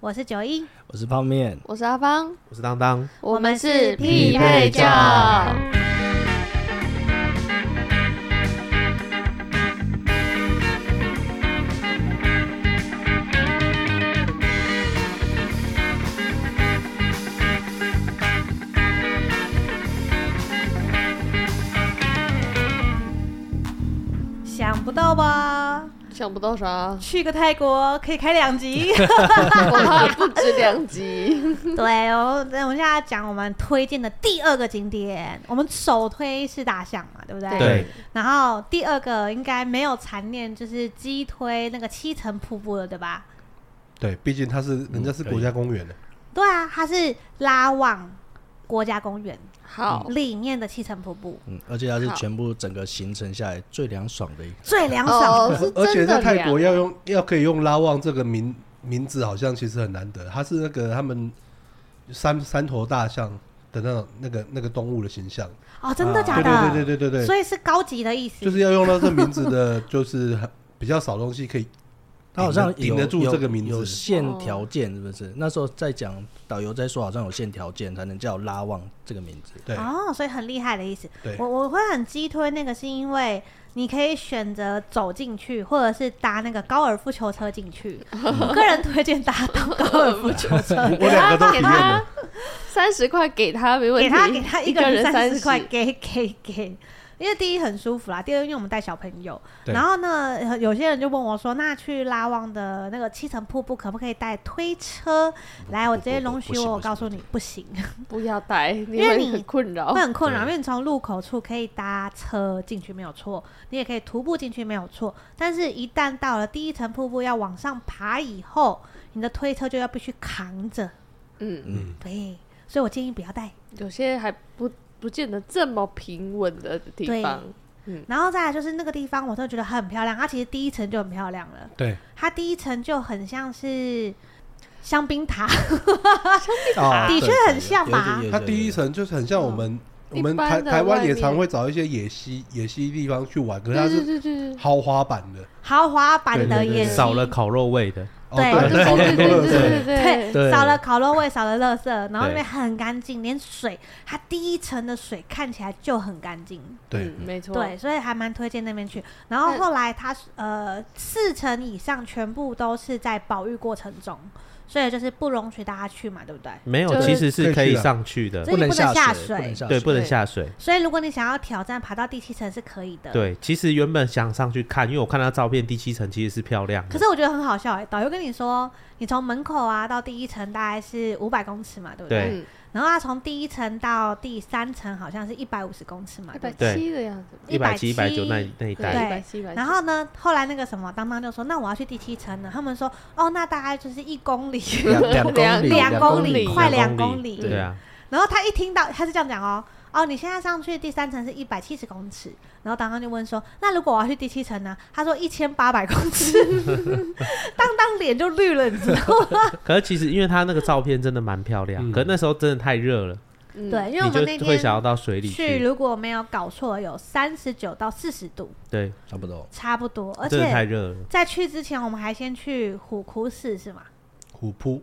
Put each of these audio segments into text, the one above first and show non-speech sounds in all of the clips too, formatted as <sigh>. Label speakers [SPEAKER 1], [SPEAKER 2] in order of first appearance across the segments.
[SPEAKER 1] 我是九一，
[SPEAKER 2] 我是泡面，
[SPEAKER 3] 我是阿芳，
[SPEAKER 4] 我是当当。
[SPEAKER 3] 我们是匹配教。
[SPEAKER 1] 想不到吧？，
[SPEAKER 3] 想不到啥
[SPEAKER 1] 去个泰国可以开两 <laughs> 集。
[SPEAKER 3] 我怕不止两集。
[SPEAKER 1] 对，我那我们现在讲我们推荐的第二个景点，我们首推是大象嘛，对不对？
[SPEAKER 4] 对，
[SPEAKER 1] 然后第二个应该没有残念，就是击推那个七层瀑布了，对吧？
[SPEAKER 4] 对，毕竟它
[SPEAKER 2] 嗯
[SPEAKER 4] 是人家是国家公园的，
[SPEAKER 1] 对啊，它是拉旺国家公园
[SPEAKER 4] 哦
[SPEAKER 3] 好，
[SPEAKER 1] 里面的七层瀑布，
[SPEAKER 2] 嗯，而且它是
[SPEAKER 3] 好
[SPEAKER 2] 全部整个行程下来最凉爽的一个。
[SPEAKER 1] 最凉爽
[SPEAKER 3] 哦，
[SPEAKER 1] 的。
[SPEAKER 3] 是
[SPEAKER 4] 嗯而且
[SPEAKER 3] 真
[SPEAKER 4] 在
[SPEAKER 3] 的
[SPEAKER 4] 泰国
[SPEAKER 3] 凉
[SPEAKER 4] 要用要可以用拉旺这个名名字，好像其实很难得。它是那个他们三三头大象的那种那个那个动物的形象。
[SPEAKER 1] 哦，真的假
[SPEAKER 4] 对
[SPEAKER 1] 的？
[SPEAKER 4] 对对对对对
[SPEAKER 1] 所
[SPEAKER 4] 对，
[SPEAKER 1] 以是高级的意思。
[SPEAKER 4] 就是要用到这名字的， <laughs> 就是很比较少东西
[SPEAKER 2] <laughs>
[SPEAKER 4] 可以顶得。
[SPEAKER 2] 它好像有
[SPEAKER 4] 顶得住
[SPEAKER 2] 有
[SPEAKER 4] 这个名
[SPEAKER 2] 有
[SPEAKER 4] 字，
[SPEAKER 2] 限条件是不是？那时候在讲导游在说，好像有限条件才能叫拉旺这个名字。
[SPEAKER 4] 对
[SPEAKER 3] 啊
[SPEAKER 1] 哦，所以很厉害的意思。
[SPEAKER 4] 对，
[SPEAKER 1] 我我会很激推那个，是因为你可以选择走进去，或者是搭那个高尔夫球车进
[SPEAKER 2] <laughs>
[SPEAKER 1] 去。我个人推荐搭高尔夫球车
[SPEAKER 4] 我两个都体验了。
[SPEAKER 3] <laughs> 三十块给他没问
[SPEAKER 1] 给
[SPEAKER 3] 题，
[SPEAKER 1] 他给他
[SPEAKER 3] 一
[SPEAKER 1] 个人三
[SPEAKER 3] 30
[SPEAKER 1] 块，给给给。因为第一很舒服啦，第二因为我们带小朋友，
[SPEAKER 4] 对
[SPEAKER 1] 然后呢，有些人就问我说，那去拉旺的那个七层瀑布可不可以带推车？来，我直
[SPEAKER 2] 不
[SPEAKER 1] 接
[SPEAKER 2] 不
[SPEAKER 1] 容
[SPEAKER 2] 不
[SPEAKER 1] 许
[SPEAKER 2] 行
[SPEAKER 1] 我，我
[SPEAKER 2] 不行
[SPEAKER 1] 告诉你，不行，
[SPEAKER 3] 不要带，
[SPEAKER 1] 因
[SPEAKER 3] 你
[SPEAKER 1] 为
[SPEAKER 3] 会
[SPEAKER 1] 你
[SPEAKER 3] 很困
[SPEAKER 5] 哦
[SPEAKER 3] 扰
[SPEAKER 1] 会。很困扰，因
[SPEAKER 2] 对
[SPEAKER 1] 为你从入口处可以搭车进去没有错，你也可以徒步进去没有错，但是一旦到了第一层瀑布要往上爬以后，你的推车就要必须扛着，
[SPEAKER 3] 嗯，
[SPEAKER 1] 对，所以我建议不要带。
[SPEAKER 3] 有些还不不见得这么平稳的地方。
[SPEAKER 1] 然后再来就是那个地方，我都觉得很漂亮，它其实第一层就很漂亮了，
[SPEAKER 4] 对，
[SPEAKER 1] 它第一层就很像是香槟塔，
[SPEAKER 2] 哦
[SPEAKER 1] <laughs> 的
[SPEAKER 2] 对
[SPEAKER 1] 确
[SPEAKER 2] 对
[SPEAKER 1] 很
[SPEAKER 2] 有
[SPEAKER 1] 像吧
[SPEAKER 2] 有有有有有
[SPEAKER 4] 它第一层就是很像我们我们
[SPEAKER 3] 嗯一般
[SPEAKER 4] 台
[SPEAKER 3] 的
[SPEAKER 4] 台湾
[SPEAKER 3] 外
[SPEAKER 4] 也常
[SPEAKER 3] 面
[SPEAKER 4] 会找一些野溪野溪地方去玩，可是它
[SPEAKER 3] 对对
[SPEAKER 4] 是
[SPEAKER 3] 对对对，
[SPEAKER 4] 豪华版的，
[SPEAKER 1] 豪华版
[SPEAKER 4] 对
[SPEAKER 1] 的
[SPEAKER 4] 对对
[SPEAKER 1] 也
[SPEAKER 4] 对
[SPEAKER 5] 少了烤肉味的，
[SPEAKER 4] 哦
[SPEAKER 1] 对
[SPEAKER 4] <laughs> 对，少了很多
[SPEAKER 3] 对
[SPEAKER 4] 乐
[SPEAKER 3] 对
[SPEAKER 4] 色。
[SPEAKER 3] 对对对，
[SPEAKER 5] 对
[SPEAKER 1] 少了烤肉味，少了垃圾，然后那
[SPEAKER 5] 对
[SPEAKER 1] 边很干净，连水，它第一层的水看起来就很干净。
[SPEAKER 4] 对，
[SPEAKER 3] 嗯没错，
[SPEAKER 1] 对，所以还蛮推荐那边去。然后
[SPEAKER 3] 那
[SPEAKER 1] 后来它是呃四成以上全部都是在保育过程中，所以就是不容许大家去嘛，对不对？
[SPEAKER 5] 没有
[SPEAKER 3] 就，是
[SPEAKER 5] 其实
[SPEAKER 4] 可
[SPEAKER 5] 是
[SPEAKER 4] 以
[SPEAKER 5] 可以
[SPEAKER 4] 去的
[SPEAKER 5] 上去的
[SPEAKER 1] 所以，你
[SPEAKER 2] 能
[SPEAKER 1] 不能下
[SPEAKER 2] 水，不能下
[SPEAKER 5] 对，
[SPEAKER 2] 水
[SPEAKER 5] 不能
[SPEAKER 3] 对
[SPEAKER 5] 下水。
[SPEAKER 1] 所以如果你想要挑战爬到第七层是可以的。。
[SPEAKER 5] 对，其实原本想上去看，因为我看到照片，第七层其实是漂亮的。
[SPEAKER 1] 可是我觉得很好笑哎、导游跟你说，你从门口啊到第一层大概是五百公尺嘛，对不对？
[SPEAKER 5] 对
[SPEAKER 3] 嗯，
[SPEAKER 1] 然后他从第一层到第三层好像是一百五十公尺嘛，
[SPEAKER 3] 一
[SPEAKER 1] 对
[SPEAKER 3] 百
[SPEAKER 1] 不对
[SPEAKER 3] 七的样子吧，
[SPEAKER 5] 一百七、一百九那那一
[SPEAKER 3] 对，
[SPEAKER 5] 带，
[SPEAKER 3] 一百七，一百七。
[SPEAKER 1] 然后呢，后来那个什么，当当就说：“那我要去第七层了。”他们说：“哦，那大概就是一公里，
[SPEAKER 2] 两两公里，
[SPEAKER 1] 两公里，快 <laughs> 两
[SPEAKER 5] 两
[SPEAKER 1] 公里。”
[SPEAKER 5] 对啊，
[SPEAKER 1] 然后他一听到，他是这样讲哦，哦，你现在上去第三层是一百七十公尺，然后当当就问说，那如果我要去第七层呢？他说一千八百公
[SPEAKER 5] <laughs>
[SPEAKER 1] 尺，当当脸就绿了，你知道吗？
[SPEAKER 5] <laughs> 可是其实因为它那个照片真的蛮漂亮，
[SPEAKER 4] 嗯
[SPEAKER 5] 可是那时候真的太热了，
[SPEAKER 3] 嗯
[SPEAKER 1] 对，因为我们那
[SPEAKER 5] 你就会想要
[SPEAKER 1] 天
[SPEAKER 5] 到水里
[SPEAKER 1] 去，
[SPEAKER 5] 去。
[SPEAKER 1] 如果没有搞错，有三十九到四十度，
[SPEAKER 5] 对，
[SPEAKER 2] 差不多。
[SPEAKER 1] 差不多。而
[SPEAKER 5] 真的太
[SPEAKER 1] 且
[SPEAKER 5] 热了，
[SPEAKER 1] 在去之前，我们还先去虎窟寺是吗？
[SPEAKER 4] 虎扑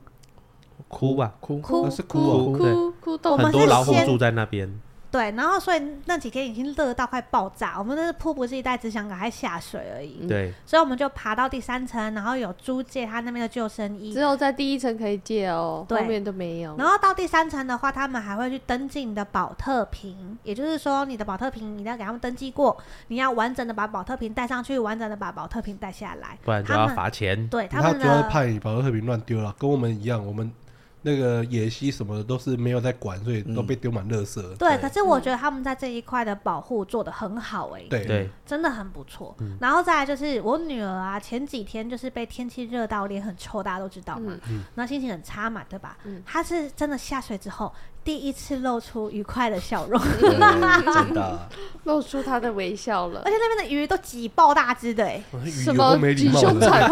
[SPEAKER 5] 哭吧，
[SPEAKER 2] 哭
[SPEAKER 1] 窟
[SPEAKER 4] 那是哭哦
[SPEAKER 3] 哭
[SPEAKER 5] 对
[SPEAKER 3] 哭哭
[SPEAKER 1] 我
[SPEAKER 3] 动
[SPEAKER 1] 们
[SPEAKER 3] 物，
[SPEAKER 5] 很多
[SPEAKER 1] 是
[SPEAKER 5] 老虎
[SPEAKER 1] 先
[SPEAKER 5] 住在那边。
[SPEAKER 1] 对，然后所以那几天已经热到快爆炸，我们那瀑布是一带只想赶快下水而已，
[SPEAKER 5] 对，
[SPEAKER 1] 所以我们就爬到第三层，然后有租借他那边的救生衣
[SPEAKER 3] 只，有在第一层可以借哦，
[SPEAKER 1] 对
[SPEAKER 3] 后面都没有。
[SPEAKER 1] 然后到第三层的话，他们还会去登记你的保特瓶，也就是说你的保特瓶你要给他们登记过，你要完整的把保特瓶带上去，完整的把保特瓶带下来。
[SPEAKER 5] 不然就
[SPEAKER 1] 他
[SPEAKER 5] 要
[SPEAKER 1] 们
[SPEAKER 5] 罚钱。
[SPEAKER 1] 对他
[SPEAKER 4] 他
[SPEAKER 1] 们
[SPEAKER 4] 主要
[SPEAKER 1] 的
[SPEAKER 4] 怕你把特瓶乱丢了，跟我们一样，我们那个野溪什么的都是没有在管，所以都被丢满垃圾。
[SPEAKER 1] 对，
[SPEAKER 2] 对
[SPEAKER 1] 可是我觉得他们在这一块的保护做得很好哎、
[SPEAKER 4] 对
[SPEAKER 5] 对，
[SPEAKER 1] 真的很不错。
[SPEAKER 3] 嗯
[SPEAKER 1] 然后再来就是我女儿啊，前几天就是被天气热到脸很臭，大家都知道嘛，然后心情很差嘛，对吧？
[SPEAKER 3] 嗯
[SPEAKER 1] 她是真的下水之后第一次露出愉快的笑容，
[SPEAKER 2] 对
[SPEAKER 3] 嗯
[SPEAKER 1] <laughs>
[SPEAKER 2] 真的啊，
[SPEAKER 3] 露出他的微笑了
[SPEAKER 1] 而。且那边的鱼都挤爆大只的哎、
[SPEAKER 4] 哇鱼
[SPEAKER 3] 什
[SPEAKER 4] 有够
[SPEAKER 3] 么
[SPEAKER 4] 没礼
[SPEAKER 3] 挤
[SPEAKER 4] 貌
[SPEAKER 3] 胸
[SPEAKER 4] 的， <laughs>
[SPEAKER 3] 产？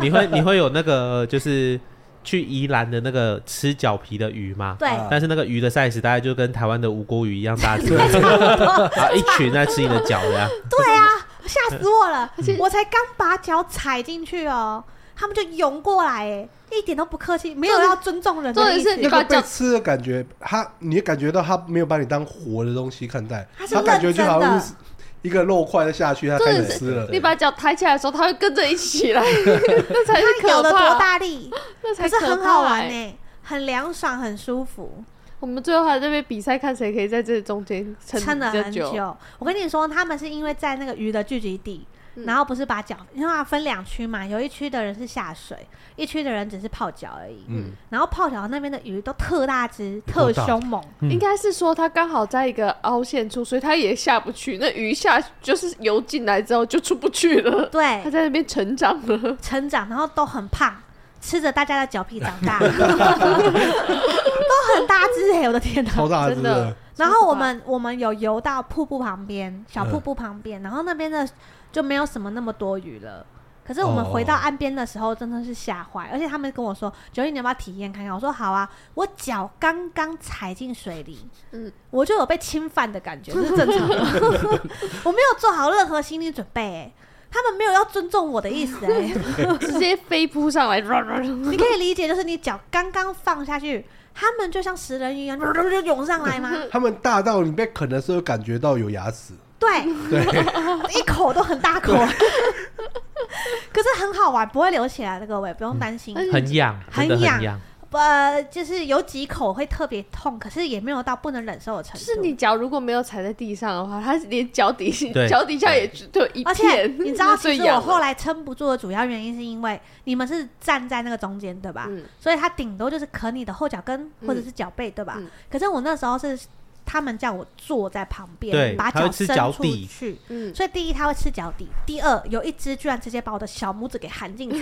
[SPEAKER 5] 你会你会有那个就是去宜兰的那个吃脚皮的鱼吗？
[SPEAKER 1] 对，
[SPEAKER 2] 啊
[SPEAKER 5] 但是那个鱼的 size 大概就跟台湾的无锅鱼一样大只，
[SPEAKER 1] 差不多，
[SPEAKER 5] 啊，一群在吃你的脚呀。
[SPEAKER 1] 对啊，吓死我
[SPEAKER 3] <laughs>
[SPEAKER 1] 了
[SPEAKER 3] 且！
[SPEAKER 1] 我才刚把脚踩进去哦，他们就涌过来哎、一点都不客气，没有要尊重人
[SPEAKER 3] 重
[SPEAKER 1] 的
[SPEAKER 3] 点
[SPEAKER 1] 意思
[SPEAKER 3] 是。你
[SPEAKER 4] 那
[SPEAKER 3] 把
[SPEAKER 4] 个被
[SPEAKER 3] 脚，
[SPEAKER 4] 吃的感觉，他你也感觉到他没有把你当活的东西看待，
[SPEAKER 1] 他是
[SPEAKER 4] 他感觉就好
[SPEAKER 1] 认
[SPEAKER 4] 像
[SPEAKER 1] 真
[SPEAKER 4] 是一个肉块下去，他开
[SPEAKER 3] 重点
[SPEAKER 4] 始
[SPEAKER 3] 是
[SPEAKER 4] 吃了。
[SPEAKER 3] 你把脚抬起来的时候，他会跟着一起
[SPEAKER 4] <laughs>
[SPEAKER 3] 来，那才是
[SPEAKER 1] 它
[SPEAKER 3] 可
[SPEAKER 1] 有的多
[SPEAKER 3] 怕。
[SPEAKER 1] 大力，
[SPEAKER 3] 那才
[SPEAKER 1] 可是
[SPEAKER 3] 可
[SPEAKER 1] 很好
[SPEAKER 3] 怕
[SPEAKER 1] 玩
[SPEAKER 3] 欸
[SPEAKER 1] 呢、很凉爽，很舒服，
[SPEAKER 3] 我们最后还在那边比赛，看谁可以在这中间撑
[SPEAKER 1] 撑了
[SPEAKER 3] 比较
[SPEAKER 1] 很久。我跟你说，他们是因为在那个鱼的聚集地，
[SPEAKER 3] 嗯
[SPEAKER 1] 然后不是把脚，因为它分两区嘛，有一区的人是下水，一区的人只是泡脚而已。
[SPEAKER 4] 嗯，
[SPEAKER 1] 然后泡脚那边的鱼都特大只、特凶猛，
[SPEAKER 5] 嗯
[SPEAKER 3] 应该是说他刚好在一个凹陷处，所以他也下不去。那鱼下就是游进来之后就出不去了，
[SPEAKER 1] <laughs> 对
[SPEAKER 3] 他，在那边成长了。
[SPEAKER 1] 成长，然后都很胖，吃着大家的脚皮长大， <laughs> 都很大只哎、我的天哪！
[SPEAKER 4] 超大只
[SPEAKER 3] 真的
[SPEAKER 4] 的，
[SPEAKER 1] 然后我
[SPEAKER 3] 吧
[SPEAKER 1] 们我们有游到瀑布旁边，小瀑布旁边，然后那边的就没有什么那么多鱼了。可是我们
[SPEAKER 4] 哦
[SPEAKER 1] 回到岸边的时候，真的是吓坏，而且他们跟我说：“九一，你要不要体验看看？”我说：“好啊。”我脚刚刚踩进水里，嗯
[SPEAKER 3] 嗯，
[SPEAKER 1] 我就有被侵犯的感觉，这是正常的。 <laughs> 我没有做好任何心理准备、欸，他们没有要尊重我的意思、欸，
[SPEAKER 3] 直接飞扑上来， <laughs>
[SPEAKER 1] 你可以理解，就是你脚刚刚放下去，他们就像食人鱼一样， <laughs> 就涌上来吗？
[SPEAKER 4] 他们大到你被啃的时候感觉到有牙
[SPEAKER 1] <laughs>
[SPEAKER 4] 齿，
[SPEAKER 1] 对，
[SPEAKER 4] 对，
[SPEAKER 1] <laughs> 一口都很大口， <laughs> 可是很好玩，不会流起来的，各位不用担心。
[SPEAKER 3] 嗯
[SPEAKER 5] 很痒，
[SPEAKER 1] 很
[SPEAKER 5] 真的
[SPEAKER 1] 痒
[SPEAKER 5] 很痒。
[SPEAKER 1] 呃，就是有几口会特别痛，可是也没有到不能忍受的程
[SPEAKER 3] 就
[SPEAKER 1] 度。
[SPEAKER 3] 是你，脚如果没有踩在地上的话，它连脚底 <laughs>
[SPEAKER 5] 对
[SPEAKER 3] 脚底下也只就一
[SPEAKER 1] 而且
[SPEAKER 3] <laughs> 片。
[SPEAKER 1] 你知道，其
[SPEAKER 3] 最
[SPEAKER 1] 实
[SPEAKER 3] 痒
[SPEAKER 1] 我
[SPEAKER 3] 了
[SPEAKER 1] 后来撑不住的主要原因是因为你们是站在那个中间，对吧？
[SPEAKER 3] 嗯
[SPEAKER 1] 所以它顶多就是啃你的后脚跟或者是脚背，对吧？
[SPEAKER 3] 嗯
[SPEAKER 1] 可是我那时候是他们叫我坐在旁边，
[SPEAKER 5] 对
[SPEAKER 1] 把
[SPEAKER 5] 它会
[SPEAKER 1] 脚
[SPEAKER 5] 吃
[SPEAKER 1] 伸
[SPEAKER 5] 脚
[SPEAKER 1] 出
[SPEAKER 5] 底
[SPEAKER 1] 去。
[SPEAKER 3] 嗯，
[SPEAKER 1] 所以第一它会吃脚底，第二有一只居然直接把我的小拇指给含进去，